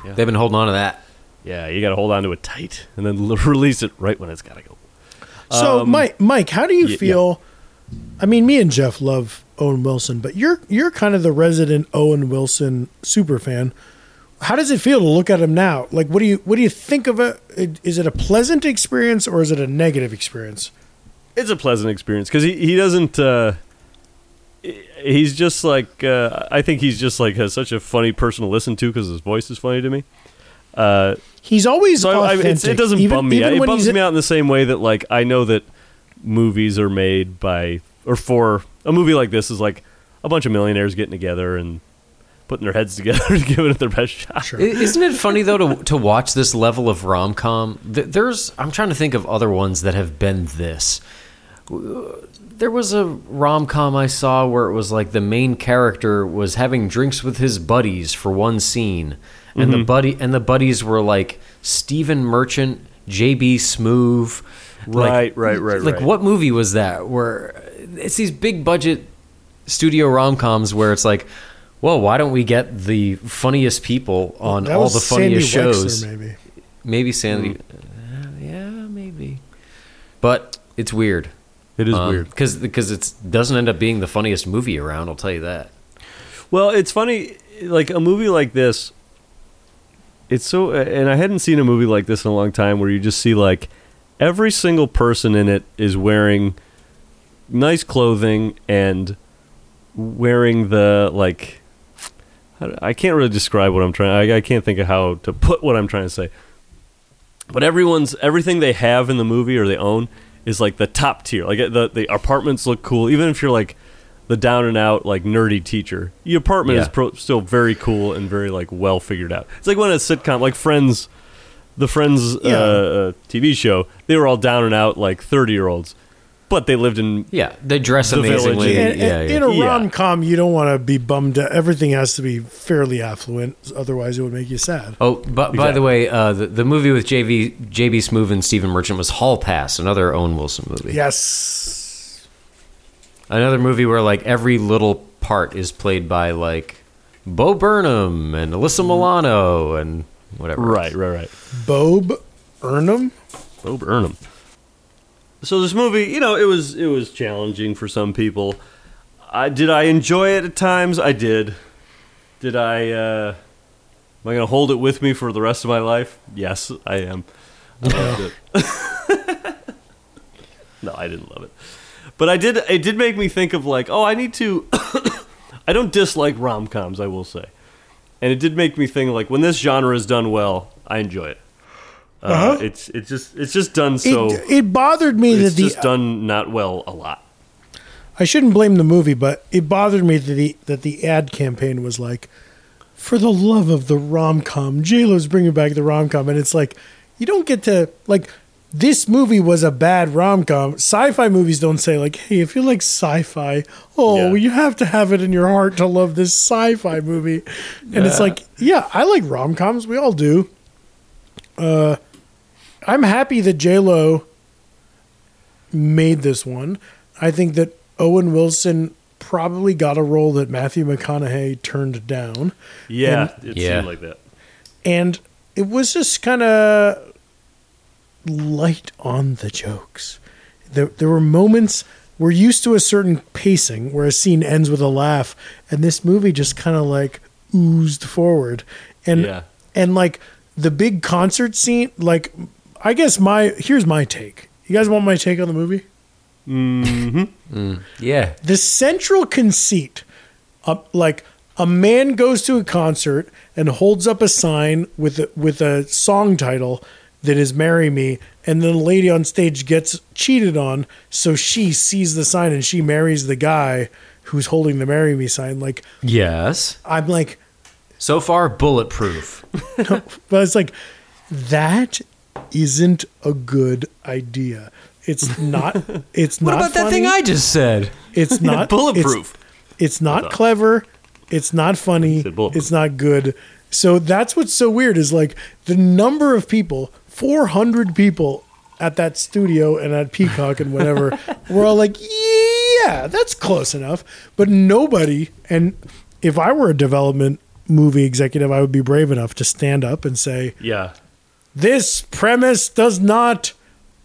Speaker 2: They've been holding on to that.
Speaker 1: yeah. You got to hold on to it tight and then l- <laughs> release it right when it's got to go.
Speaker 3: So
Speaker 1: Um,
Speaker 3: Mike, Mike, how do you
Speaker 1: y- yeah.
Speaker 3: feel? I mean, me and Jeff love Owen Wilson, but you're you're kind of the resident Owen Wilson super fan. How does it feel to look at him now? Like, what do you what do you think of it? It- Is it a pleasant experience or is it a negative experience?
Speaker 1: It's a pleasant experience because he he doesn't. Uh, he- he's just like uh, I think he's just like has such a funny person to listen to because his voice is funny to me. Uh,
Speaker 3: He's always
Speaker 1: So I, I,
Speaker 3: authentic.
Speaker 1: it's, it doesn't
Speaker 3: even-
Speaker 1: bum me
Speaker 3: even
Speaker 1: out. It
Speaker 3: when
Speaker 1: bums
Speaker 3: he's-
Speaker 1: me out in the same way that like I know that movies are made by or for a movie like this is like a bunch of millionaires getting together and putting their heads together <laughs> and giving it their best
Speaker 3: <laughs>
Speaker 1: shot.
Speaker 2: I- Isn't it funny though to to watch this level of rom com? There's I'm trying to think of other ones that have been this. There was a rom com I saw where it was like the main character was having drinks with his buddies for one scene, and
Speaker 1: Mm-hmm.
Speaker 2: the buddy and the buddies were like Stephen Merchant, J.B. Smoove.
Speaker 1: Right, right, right,
Speaker 2: Like
Speaker 1: right.
Speaker 2: what movie was that? Where it's these big budget studio rom coms where it's like, well, why don't we get the funniest people on
Speaker 3: that
Speaker 2: all
Speaker 3: was
Speaker 2: the funniest
Speaker 3: Sandy Wexler,
Speaker 2: shows?
Speaker 3: maybe.
Speaker 2: Maybe
Speaker 1: Mm.
Speaker 2: Sandy. Uh, yeah, maybe. But it's weird. Um,
Speaker 1: It is weird.
Speaker 2: because because it doesn't end up being the funniest movie around. I'll tell you that.
Speaker 1: Well, it's funny, like a movie like this. It's so, and I hadn't seen a movie like this in a long time where you just see like every single person in it is wearing nice clothing and wearing the like. I don't- I can't really describe what I'm trying. I, I can't think of how to put what I'm trying to say. But everyone's everything they have in the movie or they own is like the top tier. Like the the apartments look cool, even if you're like the down and out like nerdy teacher. Your apartment is
Speaker 2: Yeah.
Speaker 1: pro- still very cool and very like well figured out. It's like when a sitcom like Friends, the Friends
Speaker 3: Yeah.
Speaker 1: uh, uh, TV show, they were all down and out like thirty year olds, but they lived in
Speaker 2: Yeah, they dress
Speaker 1: The Village
Speaker 2: amazingly.
Speaker 1: and-
Speaker 3: And,
Speaker 2: yeah,
Speaker 3: and
Speaker 2: yeah.
Speaker 3: in a
Speaker 1: Yeah.
Speaker 3: rom com, you don't want to be bummed. out. Everything has to be fairly affluent, otherwise it would make you sad.
Speaker 2: Oh, but by
Speaker 1: Exactly.
Speaker 2: the way, uh, the, the movie with JV JB Smoove and Stephen Merchant was Hall Pass, another Owen Wilson movie.
Speaker 3: Yes.
Speaker 2: Another movie where like every little part is played by like Bo Burnham and Alyssa Milano and whatever.
Speaker 1: right,
Speaker 2: else.
Speaker 1: right, right.
Speaker 3: Bob Earnham.
Speaker 1: Bo Burnham. So this movie, you know, it was it was challenging for some people. I did I enjoy it at times. I did. Did I? Uh, am I going to hold it with me for the rest of my life? Yes, I am. I loved it. <laughs> no, I didn't love it, but I did. It did make me think of like, oh, I need to. <coughs> I don't dislike rom coms. I will say, and it did make me think like when this genre is done well, I enjoy it. Uh,
Speaker 3: Uh-huh.
Speaker 1: It's it's just it's just done so
Speaker 3: it, it bothered me that
Speaker 1: it's
Speaker 3: the
Speaker 1: just done not well a lot.
Speaker 3: I shouldn't blame the movie, but it bothered me that the that the ad campaign was like, for the love of the rom com, JLo's bringing back the rom com, and it's like, you don't get to like. This movie was a bad rom com. Sci fi movies don't say, like, hey, if you like sci fi, oh,
Speaker 1: Yeah.
Speaker 3: you have to have it in your heart to love this sci fi movie. And it's like, yeah, I like rom coms. We all do. Uh, I'm happy that J Lo made this one. I think that Owen Wilson probably got a role that Matthew McConaughey turned down,
Speaker 1: Yeah, it
Speaker 2: Yeah.
Speaker 1: seemed like that.
Speaker 3: and it was just kind of light on the jokes. There, there were moments. We're used to a certain pacing where a scene ends with a laugh, and this movie just kind of like oozed forward, and
Speaker 1: Yeah.
Speaker 3: and like the big concert scene. Like, I guess my here's my take. You guys want my take on the movie?
Speaker 2: Yeah.
Speaker 3: the central conceit uh, like a man goes to a concert and holds up a sign with a, with a song title that is marry me and then a lady on stage gets cheated on so she sees the sign and she marries the guy who's holding the marry me sign like
Speaker 2: Yes.
Speaker 3: i'm like
Speaker 2: So far, bulletproof.
Speaker 3: but it's like that isn't a good idea it's not
Speaker 2: <laughs>
Speaker 3: it's
Speaker 2: what
Speaker 3: not
Speaker 2: about that
Speaker 1: <laughs>
Speaker 3: funny.
Speaker 2: thing I just said?
Speaker 3: It's not it's-
Speaker 1: bulletproof.
Speaker 3: It's, not clever. It's not funny.
Speaker 1: said bulletproof.
Speaker 3: It's not good. So that's what's so weird is like the number of people, 400 people at that studio and at Peacock
Speaker 1: <laughs>
Speaker 3: and whatever, we're all like, yeah, that's close enough. But nobody, and if I were a development movie executive, I would be brave enough to stand up and say,
Speaker 1: Yeah.
Speaker 3: this premise does not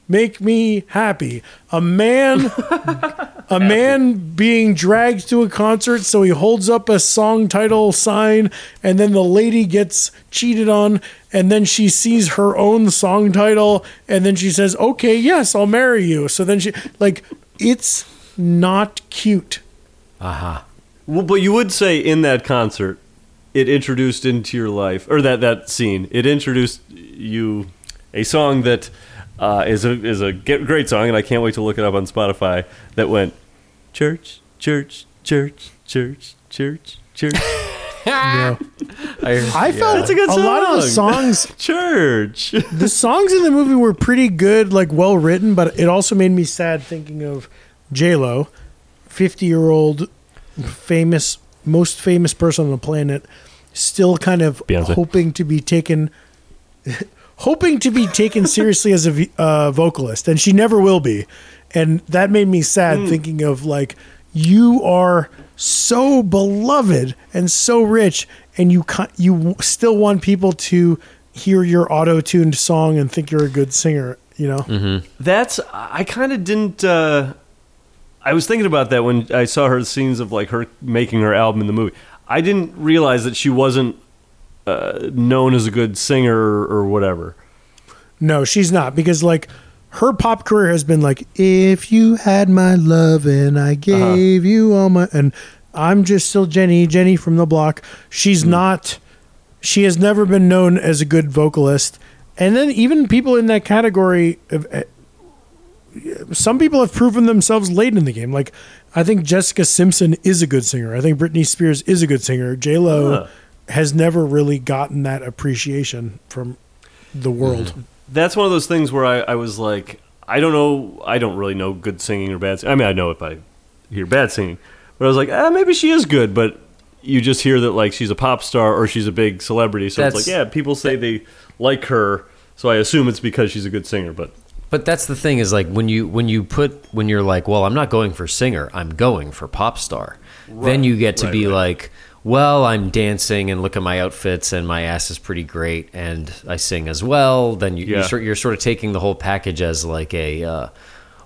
Speaker 3: make me happy. A man a man being dragged to a concert so he holds up a song title sign and then the lady gets cheated on and then she sees her own song title and then she says, "Okay, yes, I'll marry you." So then she like it's not cute.
Speaker 1: Well, but you would say in that concert, it introduced into your life, or that that scene, it introduced you a song that uh, is a is a ge- great song, and I can't wait to look it up on Spotify. That went church, church, church, church, church,
Speaker 3: <laughs>
Speaker 1: church,
Speaker 3: I felt
Speaker 1: That's a good
Speaker 3: a lot of the
Speaker 1: song. <laughs>
Speaker 3: songs
Speaker 1: church.
Speaker 3: the songs in the movie were pretty good, like well written, but it also made me sad thinking of J Lo, fifty year old, famous, most famous person on the planet, still kind of
Speaker 1: Beyonce.
Speaker 3: hoping to be taken, <laughs> hoping to be taken seriously as a v- uh, vocalist, and she never will be, and that made me sad thinking of like you are so beloved and so rich, and you ca- you w- still want people to hear your auto-tuned song and think you're a good singer. You know,
Speaker 1: That's I kind of didn't. Uh, I was thinking about that when I saw her scenes of like her making her album in the movie. I didn't realize that she wasn't uh, known as a good singer or whatever.
Speaker 3: no, she's not because like her pop career has been like, if you had my love and I gave you all my and I'm just still Jenny, Jenny from the block. She's not. She has never been known as a good vocalist. And then even people in that category of, eh, some people have proven themselves late in the game. Like I think Jessica Simpson is a good singer. I think Britney Spears is a good singer. J Lo
Speaker 1: Huh.
Speaker 3: has never really gotten that appreciation from the world.
Speaker 1: That's one of those things where I, I was like, I don't know, I don't really know good singing or bad. Singing. I mean, I know if I hear bad singing, but I was like, ah, maybe she is good, but you just hear that like she's a pop star or she's a big celebrity, so it's
Speaker 2: That's-
Speaker 1: like, yeah, people say they like her, so I assume it's because she's a good singer, but.
Speaker 2: But that's the thing is like when you when you put when you're like, well, I'm not going for singer, I'm going for pop star. then you get to
Speaker 1: right,
Speaker 2: be
Speaker 1: right.
Speaker 2: like, well, I'm dancing and look at my outfits and my ass is pretty great and I sing as well. Then you,
Speaker 1: Yeah.
Speaker 2: you're, sort, you're sort of taking the whole package as like a, uh,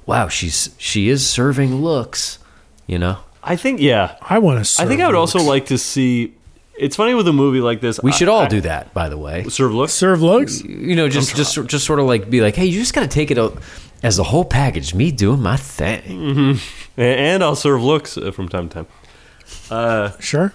Speaker 2: wow, she's she is serving looks, you know.
Speaker 1: I think yeah.
Speaker 3: I want to.
Speaker 1: I think I would also like to see. It's funny with a movie like this.
Speaker 2: We should
Speaker 1: I-
Speaker 2: all
Speaker 1: I-
Speaker 2: do that, by the way.
Speaker 1: serve looks. <laughs>
Speaker 3: serve looks.
Speaker 2: You know, just just sort- just sort of like be like, hey, you just got to take it out as the whole package. Me doing my thing.
Speaker 1: Mm. A- and I'll serve looks uh, from time to time.
Speaker 3: Sure.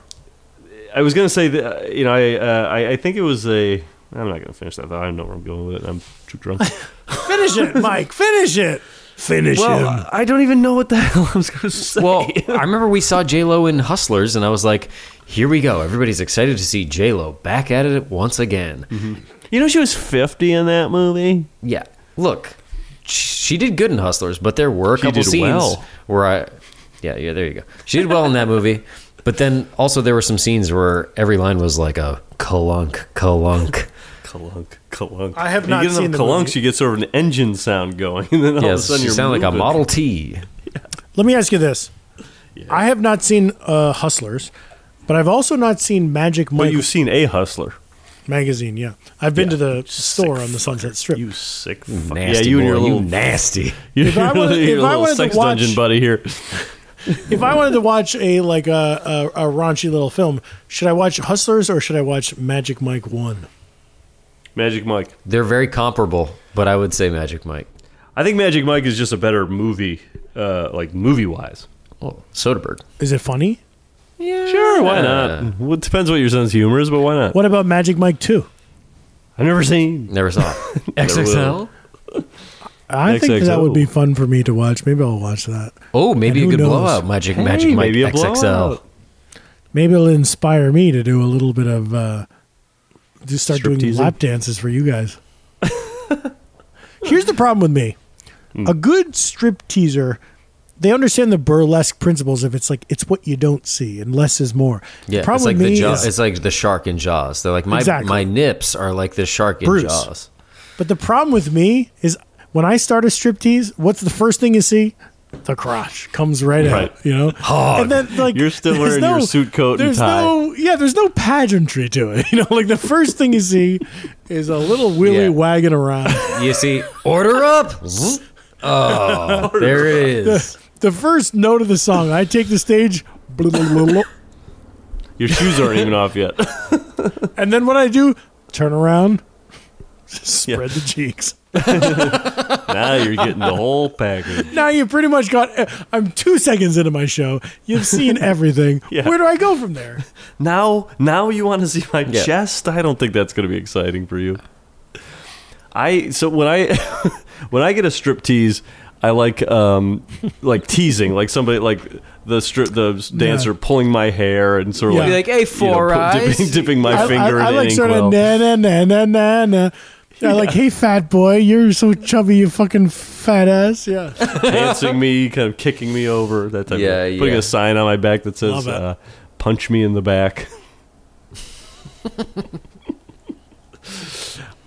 Speaker 1: I was gonna say that uh, you know I, uh, I I think it was a. I'm not gonna finish that. though. I don't know where I'm going with it. I'm too <laughs> drunk.
Speaker 3: Finish it, Mike. Finish it. Finish him.
Speaker 1: I don't even know what the <laughs> hell I was gonna say. <laughs>
Speaker 2: Well, I remember we saw J Lo in Hustlers, and I was like, "Here we go! Everybody's excited to see J Lo back at it once again."
Speaker 1: Mm-hmm. you know she was 50 in that movie.
Speaker 2: Yeah, look, sh- she did good in Hustlers, but there were a couple
Speaker 1: did
Speaker 2: scenes
Speaker 1: well.
Speaker 2: where I, yeah, yeah, there you go. She did well in that movie, but then also there were some scenes where every line was like a colunk, colunk.
Speaker 1: Kalunk, kalunk.
Speaker 3: I have
Speaker 1: you
Speaker 3: not
Speaker 1: get enough
Speaker 3: seen the
Speaker 1: kalunks,
Speaker 3: movie.
Speaker 1: you get sort of an engine sound going, <laughs> and then all of a
Speaker 2: Yes,
Speaker 1: sudden
Speaker 2: she
Speaker 1: you're
Speaker 2: sounded like a
Speaker 1: moving.
Speaker 2: Model T.
Speaker 3: Let me ask you this. I have not seen uh, Hustlers, but I've also not seen Magic
Speaker 1: But
Speaker 3: Mike
Speaker 1: you've seen a hustler.
Speaker 3: magazine. Yeah, I've been to the store
Speaker 1: sick
Speaker 3: on the Sunset Strip.
Speaker 1: You sick. Fuck.
Speaker 2: Nasty
Speaker 1: Yeah, you and your
Speaker 2: boy,
Speaker 1: little
Speaker 2: you nasty.
Speaker 1: You're
Speaker 3: If I wanted-
Speaker 1: really- you're
Speaker 3: if
Speaker 1: a
Speaker 3: I
Speaker 1: little
Speaker 3: wanted to
Speaker 1: sex
Speaker 3: watch-
Speaker 1: dungeon buddy here.
Speaker 3: if I wanted to watch a like a, a, a raunchy little film, should I watch Hustlers or should I watch Magic Mike One?
Speaker 1: Magic Mike.
Speaker 2: They're very comparable, but I would say Magic Mike.
Speaker 1: I think Magic Mike is just a better movie, uh, like movie wise.
Speaker 2: Oh, Soderbergh.
Speaker 3: Is it funny?
Speaker 1: Sure, why not? Well, it depends what your sense of humor is, but why not?
Speaker 3: What about Magic Mike Two?
Speaker 1: I've never seen.
Speaker 2: Never saw it. XXL.
Speaker 3: I think that
Speaker 1: XXO.
Speaker 3: would be fun for me to watch. Maybe I'll watch that.
Speaker 2: Oh, maybe
Speaker 3: And
Speaker 2: a
Speaker 3: who
Speaker 2: good
Speaker 3: knows?
Speaker 2: blowout. Magic,
Speaker 1: Hey,
Speaker 2: Magic Mike
Speaker 1: maybe a
Speaker 2: XXL.
Speaker 1: blowout.
Speaker 3: Maybe it'll inspire me to do a little bit of uh, just start doing
Speaker 1: Stripteasing?
Speaker 3: lap dances for you guys.
Speaker 2: Hmm.
Speaker 3: Here's the problem with me: a good strip teaser they understand the burlesque principles of it's like it's what you don't see and less is more.
Speaker 2: Yeah,
Speaker 3: the problem
Speaker 2: it's like
Speaker 3: with
Speaker 2: the
Speaker 3: me
Speaker 2: jaw,
Speaker 3: is-
Speaker 2: it's like the shark in Jaws. They're like my
Speaker 3: Exactly.
Speaker 2: my nips are like the shark in
Speaker 3: Bruce.
Speaker 2: Jaws.
Speaker 3: but the problem with me is when I start a striptease, what's the first thing you see? The crotch comes right,
Speaker 1: Right.
Speaker 3: out, you know. And then like
Speaker 1: You're still
Speaker 3: there's
Speaker 1: wearing your suit coat and
Speaker 3: there's
Speaker 1: tie.
Speaker 3: no yeah, there's no pageantry to it. <laughs> You know, like the first thing you see is a little wheelie
Speaker 2: Yeah.
Speaker 3: wagging around.
Speaker 1: <laughs>
Speaker 2: You see, order up. Zzz. Oh, there it <laughs>
Speaker 3: <laughs>
Speaker 2: is.
Speaker 3: the first note of the song, I take the stage, <laughs> blah, blah, blah, blah.
Speaker 1: Your shoes aren't even off yet. <laughs>
Speaker 3: and then what I do, turn around, spread the cheeks.
Speaker 1: now you're getting the whole package.
Speaker 3: Now you pretty much got. eh, I'm two seconds into my show. You've seen everything.
Speaker 1: <laughs> Yeah.
Speaker 3: Where do I go from there?
Speaker 1: Now, now you want to see my
Speaker 2: Yeah.
Speaker 1: chest? I don't think that's going to be exciting for you. I so when I <laughs> when I get a strip tease, I like um like teasing, like somebody like the strip the dancer pulling my hair and sort of
Speaker 3: Yeah.
Speaker 2: Be like,
Speaker 1: like,
Speaker 2: hey,
Speaker 1: you know,
Speaker 2: four
Speaker 1: pu-
Speaker 2: eyes.
Speaker 1: dipping, dipping my
Speaker 3: I,
Speaker 1: finger
Speaker 3: I, I
Speaker 1: in
Speaker 3: like
Speaker 1: an
Speaker 3: sort
Speaker 1: inkwell.
Speaker 3: of na na na na na na. I like, hey, fat boy, you're so chubby, you fucking fat ass. Yeah,
Speaker 1: dancing me, kind of kicking me over, that type
Speaker 2: Yeah,
Speaker 1: of thing. Putting
Speaker 2: yeah.
Speaker 1: a sign on my back that
Speaker 3: Love
Speaker 1: says
Speaker 3: it.
Speaker 1: uh, punch me in
Speaker 2: <laughs>
Speaker 1: the back.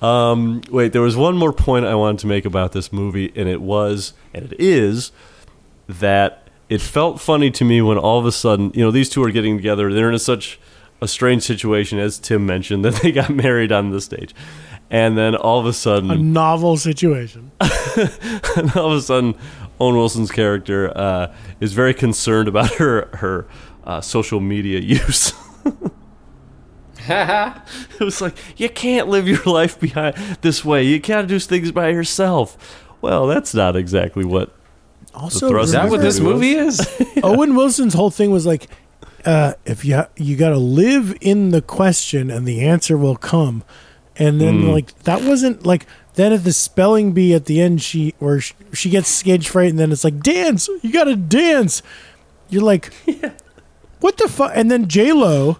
Speaker 1: um, wait, there was one more point I wanted to make about this movie, and it was, and it is, that it felt funny to me when all of a sudden, you know, these two are getting together. They're in a such a strange situation, as Tim mentioned, <laughs> that they got married on the stage. And then all of a sudden,
Speaker 3: a novel situation.
Speaker 1: and <laughs> all of a sudden, Owen Wilson's character uh, is very concerned about her her uh, social media <laughs> use. it was like you can't live your life behind this way. You gotta do things by yourself. Well, that's not exactly what.
Speaker 3: Also,
Speaker 1: thrust-
Speaker 2: Is that what
Speaker 3: remember-
Speaker 2: this movie <laughs> is?
Speaker 3: <laughs> Owen Wilson's whole thing was like, uh, if you ha- you got to live in the question and the answer will come, and then like that wasn't like then at the spelling bee at the end she or she, she gets stage fright and then it's like dance you got to dance, you're like, what the fuck? And then J Lo,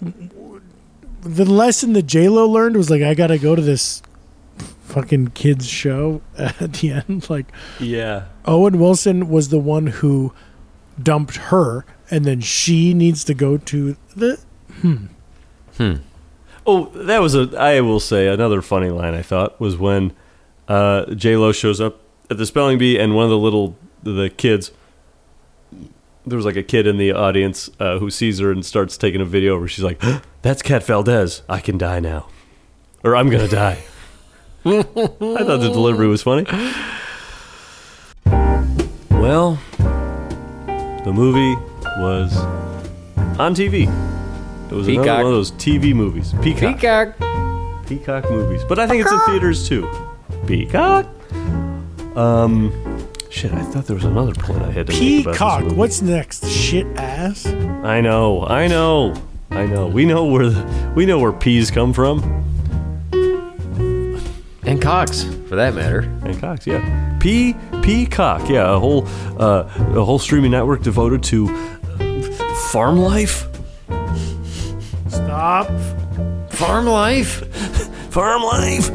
Speaker 3: the lesson that J Lo learned was like I got to go to this fucking kids show <laughs> at the end like
Speaker 1: Yeah,
Speaker 3: Owen Wilson was the one who dumped her, and then she needs to go to the.
Speaker 1: Oh, that was a. I will say another funny line I thought was when uh, J Lo shows up at the spelling bee, and one of the little the kids. There was like a kid in the audience uh, who sees her and starts taking a video where she's like, "That's Cat Valdez. I can die now, or I'm gonna die." I thought the delivery was funny. Well, the movie was on TV. It was another
Speaker 2: Peacock.
Speaker 1: one of those TV movies. Peacock.
Speaker 2: Peacock.
Speaker 1: Peacock movies, but I think it's in theaters too. Peacock. Um, shit. I thought there was another point I had to make about this
Speaker 3: Peacock.
Speaker 1: movie.
Speaker 3: What's next? Shit ass.
Speaker 1: I know. I know. I know. We know where the, we know where peas come from.
Speaker 2: And Cox, for that matter.
Speaker 1: And cocks, yeah. P Peacock, yeah. A whole uh, a whole streaming network devoted to uh, farm life.
Speaker 3: Stop.
Speaker 2: Farm life.
Speaker 1: Farm life.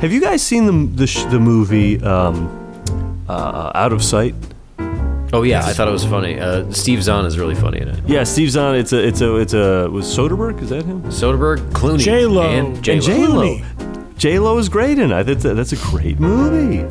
Speaker 1: Have you guys seen the the, sh- the movie um, uh, Out of Sight?
Speaker 2: Oh yeah, I thought it was funny. Uh, Steve Zahn is really funny in it.
Speaker 1: Yeah, Steve's on. It's a it's a it's a was Soderbergh. Is that him?
Speaker 2: Soderbergh, Clooney,
Speaker 3: J-Lo.
Speaker 2: and
Speaker 1: And J
Speaker 2: J
Speaker 1: Lo.
Speaker 3: Clooney.
Speaker 1: J Lo is great in it. That's a, that's a great movie.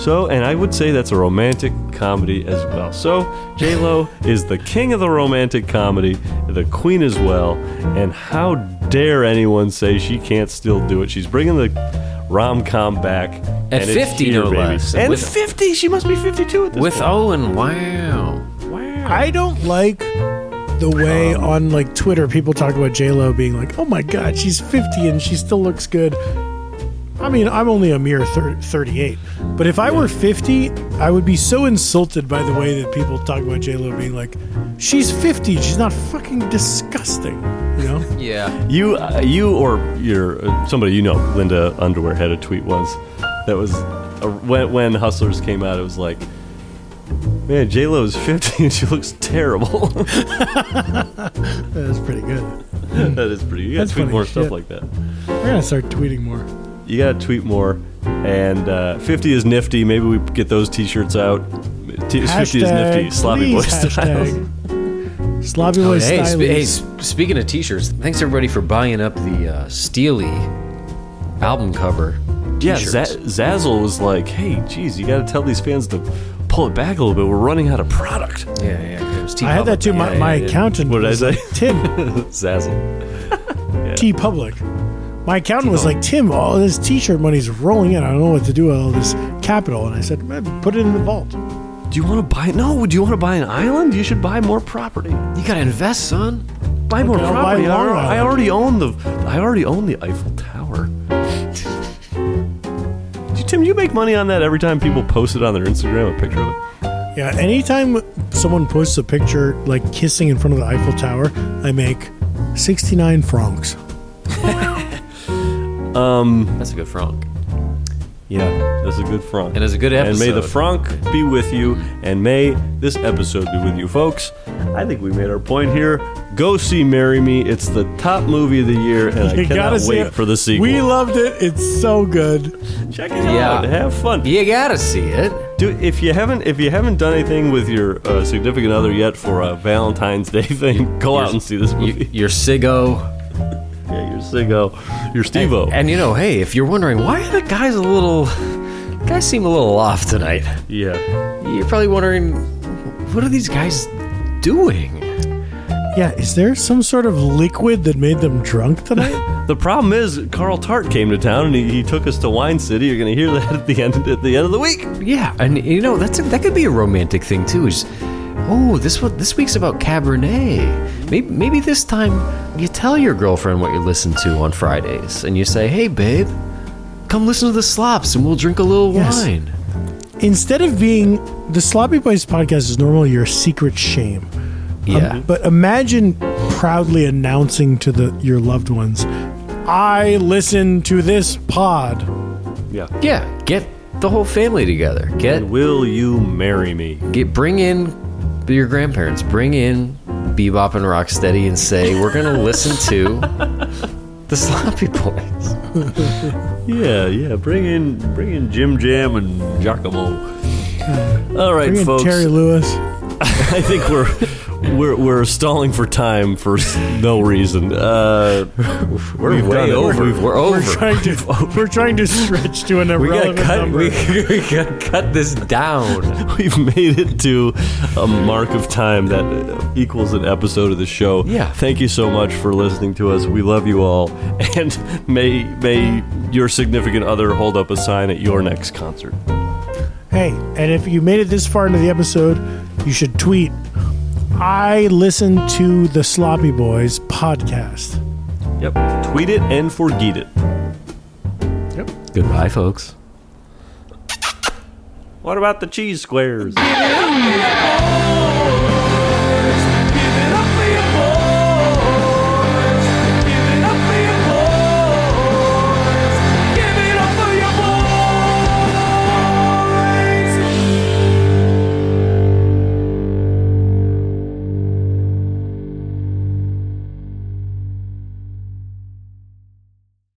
Speaker 1: So, and I would say that's a romantic comedy as well. So, J Lo is the king of the romantic comedy, the queen as well. And how dare anyone say she can't still do it? She's bringing the rom com back
Speaker 2: At
Speaker 1: and it's
Speaker 2: 50
Speaker 1: here,
Speaker 2: no
Speaker 1: baby.
Speaker 2: less.
Speaker 1: And
Speaker 2: With-
Speaker 1: 50, she must be 52 at this
Speaker 2: with
Speaker 1: point.
Speaker 2: Owen. Wow.
Speaker 3: I don't like the way
Speaker 1: Um,
Speaker 3: on like Twitter people talk about J Lo being like, "Oh my God, she's 50 and she still looks good." I mean, I'm only a mere thir- 38, but if I were 50, I would be so insulted by the way that people talk about J Lo being like, "She's 50, she's not fucking disgusting," you
Speaker 1: <laughs>
Speaker 3: know.
Speaker 2: Yeah.
Speaker 1: You, uh, you, or your uh, somebody you know, Linda Underwear had a tweet once that was uh, when, when Hustlers came out. It was like, man, J Lo is fifty and she looks terrible. <laughs> that
Speaker 3: That's pretty good.
Speaker 1: is pretty. You gotta tweet
Speaker 3: That's funny
Speaker 1: more
Speaker 3: as
Speaker 1: stuff
Speaker 3: shit.
Speaker 1: like that.
Speaker 3: We're gonna start tweeting more.
Speaker 1: You gotta tweet more. And uh, fifty is nifty. Maybe we get those T-shirts out. T- Swifty is
Speaker 3: Hashtag,
Speaker 1: nifty. Sloppy boy Oh,
Speaker 3: please,
Speaker 1: styles.
Speaker 3: hashtag. Sloppy boy
Speaker 2: hey,
Speaker 3: styles.
Speaker 2: sp- hey, sp- speaking of t-shirts, thanks everybody for buying up the uh, Steely album cover.
Speaker 1: <laughs> Yeah,
Speaker 2: t-shirts.
Speaker 1: Z- Zazzle was like, "Hey, geez, you got to tell these fans to pull it back a little bit. We're running out of product." <laughs>
Speaker 2: yeah, yeah. It was
Speaker 3: I had that too. My, my accountant.
Speaker 1: What did I
Speaker 3: was
Speaker 1: say?
Speaker 3: like, Tim
Speaker 2: Zazzle.
Speaker 3: T Public. My accountant was like, Tim, all this T-shirt money's rolling in. I don't know what to do with all this capital. And I said, "Man, put it in the vault.
Speaker 1: Do you want to buy? No, do you want to buy an island? You should buy more property.
Speaker 2: You gotta invest, son.
Speaker 1: Buy more
Speaker 3: Okay, I'll buy
Speaker 1: property. I,
Speaker 3: Long
Speaker 1: al- I
Speaker 3: Island.
Speaker 1: already own the. I already own the Eiffel Tower. Do you- Tim, do you make money on that every time people post it on their Instagram a picture of it.
Speaker 3: Yeah. Anytime someone posts a picture like kissing in front of the Eiffel Tower, I make sixty-nine francs.
Speaker 2: That's a good franc.
Speaker 1: Yeah, that's a good front.
Speaker 2: And it's a good
Speaker 1: And may the
Speaker 2: episode.
Speaker 1: Franc be with you, and may this episode be with you, folks. I think we made our point here. Go see Marry Me. It's the top movie of the year, and I
Speaker 3: You
Speaker 1: cannot
Speaker 3: see
Speaker 1: wait
Speaker 3: it.
Speaker 1: for the sequel.
Speaker 3: We loved it. It's so good.
Speaker 1: Check it
Speaker 2: Yeah.
Speaker 1: out. Have fun.
Speaker 2: You gotta see it.
Speaker 1: Do, if you haven't if you haven't done anything with your uh, significant other yet for a Valentine's Day <laughs> thing, go out and see this
Speaker 2: You,
Speaker 1: <laughs> movie.
Speaker 2: your Siggo.
Speaker 1: yeah, your Sigo, your Stevo.
Speaker 2: And you know, hey, if you're wondering why are the guys a little, guys seem a little off tonight.
Speaker 1: yeah,
Speaker 2: You're probably wondering, what are these guys doing?
Speaker 3: Yeah, is there some sort of liquid that made them drunk
Speaker 1: <laughs>
Speaker 3: tonight?
Speaker 1: the problem is Carl Tart came to town and he, he took us to Wine City. You're gonna hear <laughs> that at the end at the end of the week.
Speaker 2: Yeah, and you know that's a, that could be a romantic thing too. Is oh this what this week's about Cabernet. Maybe maybe this time you tell your girlfriend what you listen to on Fridays, and you say, hey babe, come listen to the Slops, and we'll drink a little
Speaker 3: Yes.
Speaker 2: wine.
Speaker 3: Instead of being the Sloppy Boys podcast is normally your secret shame.
Speaker 2: Yeah,
Speaker 3: Um, But imagine proudly announcing to the your loved ones, I listen to this pod.
Speaker 1: Yeah.
Speaker 2: yeah. Get the whole family together. Get
Speaker 1: Will you marry me?
Speaker 2: get bring in your grandparents. Bring in Bebop and Rocksteady, and say we're
Speaker 3: <laughs>
Speaker 2: gonna listen to the Sloppy Boys.
Speaker 1: Yeah, yeah. Bring in bring in Jim Jam and Giacomo. All right,
Speaker 3: Bring in
Speaker 1: folks.
Speaker 3: Terry Lewis.
Speaker 1: I think we're we're we're stalling for time for s- no reason. Uh, we're
Speaker 2: We've done it. We've- We're over.
Speaker 3: We're trying to we're trying to stretch to an
Speaker 2: <laughs> We gotta
Speaker 3: irrelevant
Speaker 2: cut.
Speaker 3: number.
Speaker 2: We, <laughs> we gotta cut this down.
Speaker 1: We've <laughs> made it to a mark of time that uh, equals an episode of the show.
Speaker 2: Yeah.
Speaker 1: Thank you so much for listening to us. We love you all, <laughs> and may may your significant other hold up a sign at your next concert.
Speaker 3: Hey, and if you made it this far into the episode, you should tweet I listen to the Sloppy Boys podcast.
Speaker 1: Yep. Tweet it and forget it.
Speaker 2: Goodbye, folks.
Speaker 1: What about the cheese squares?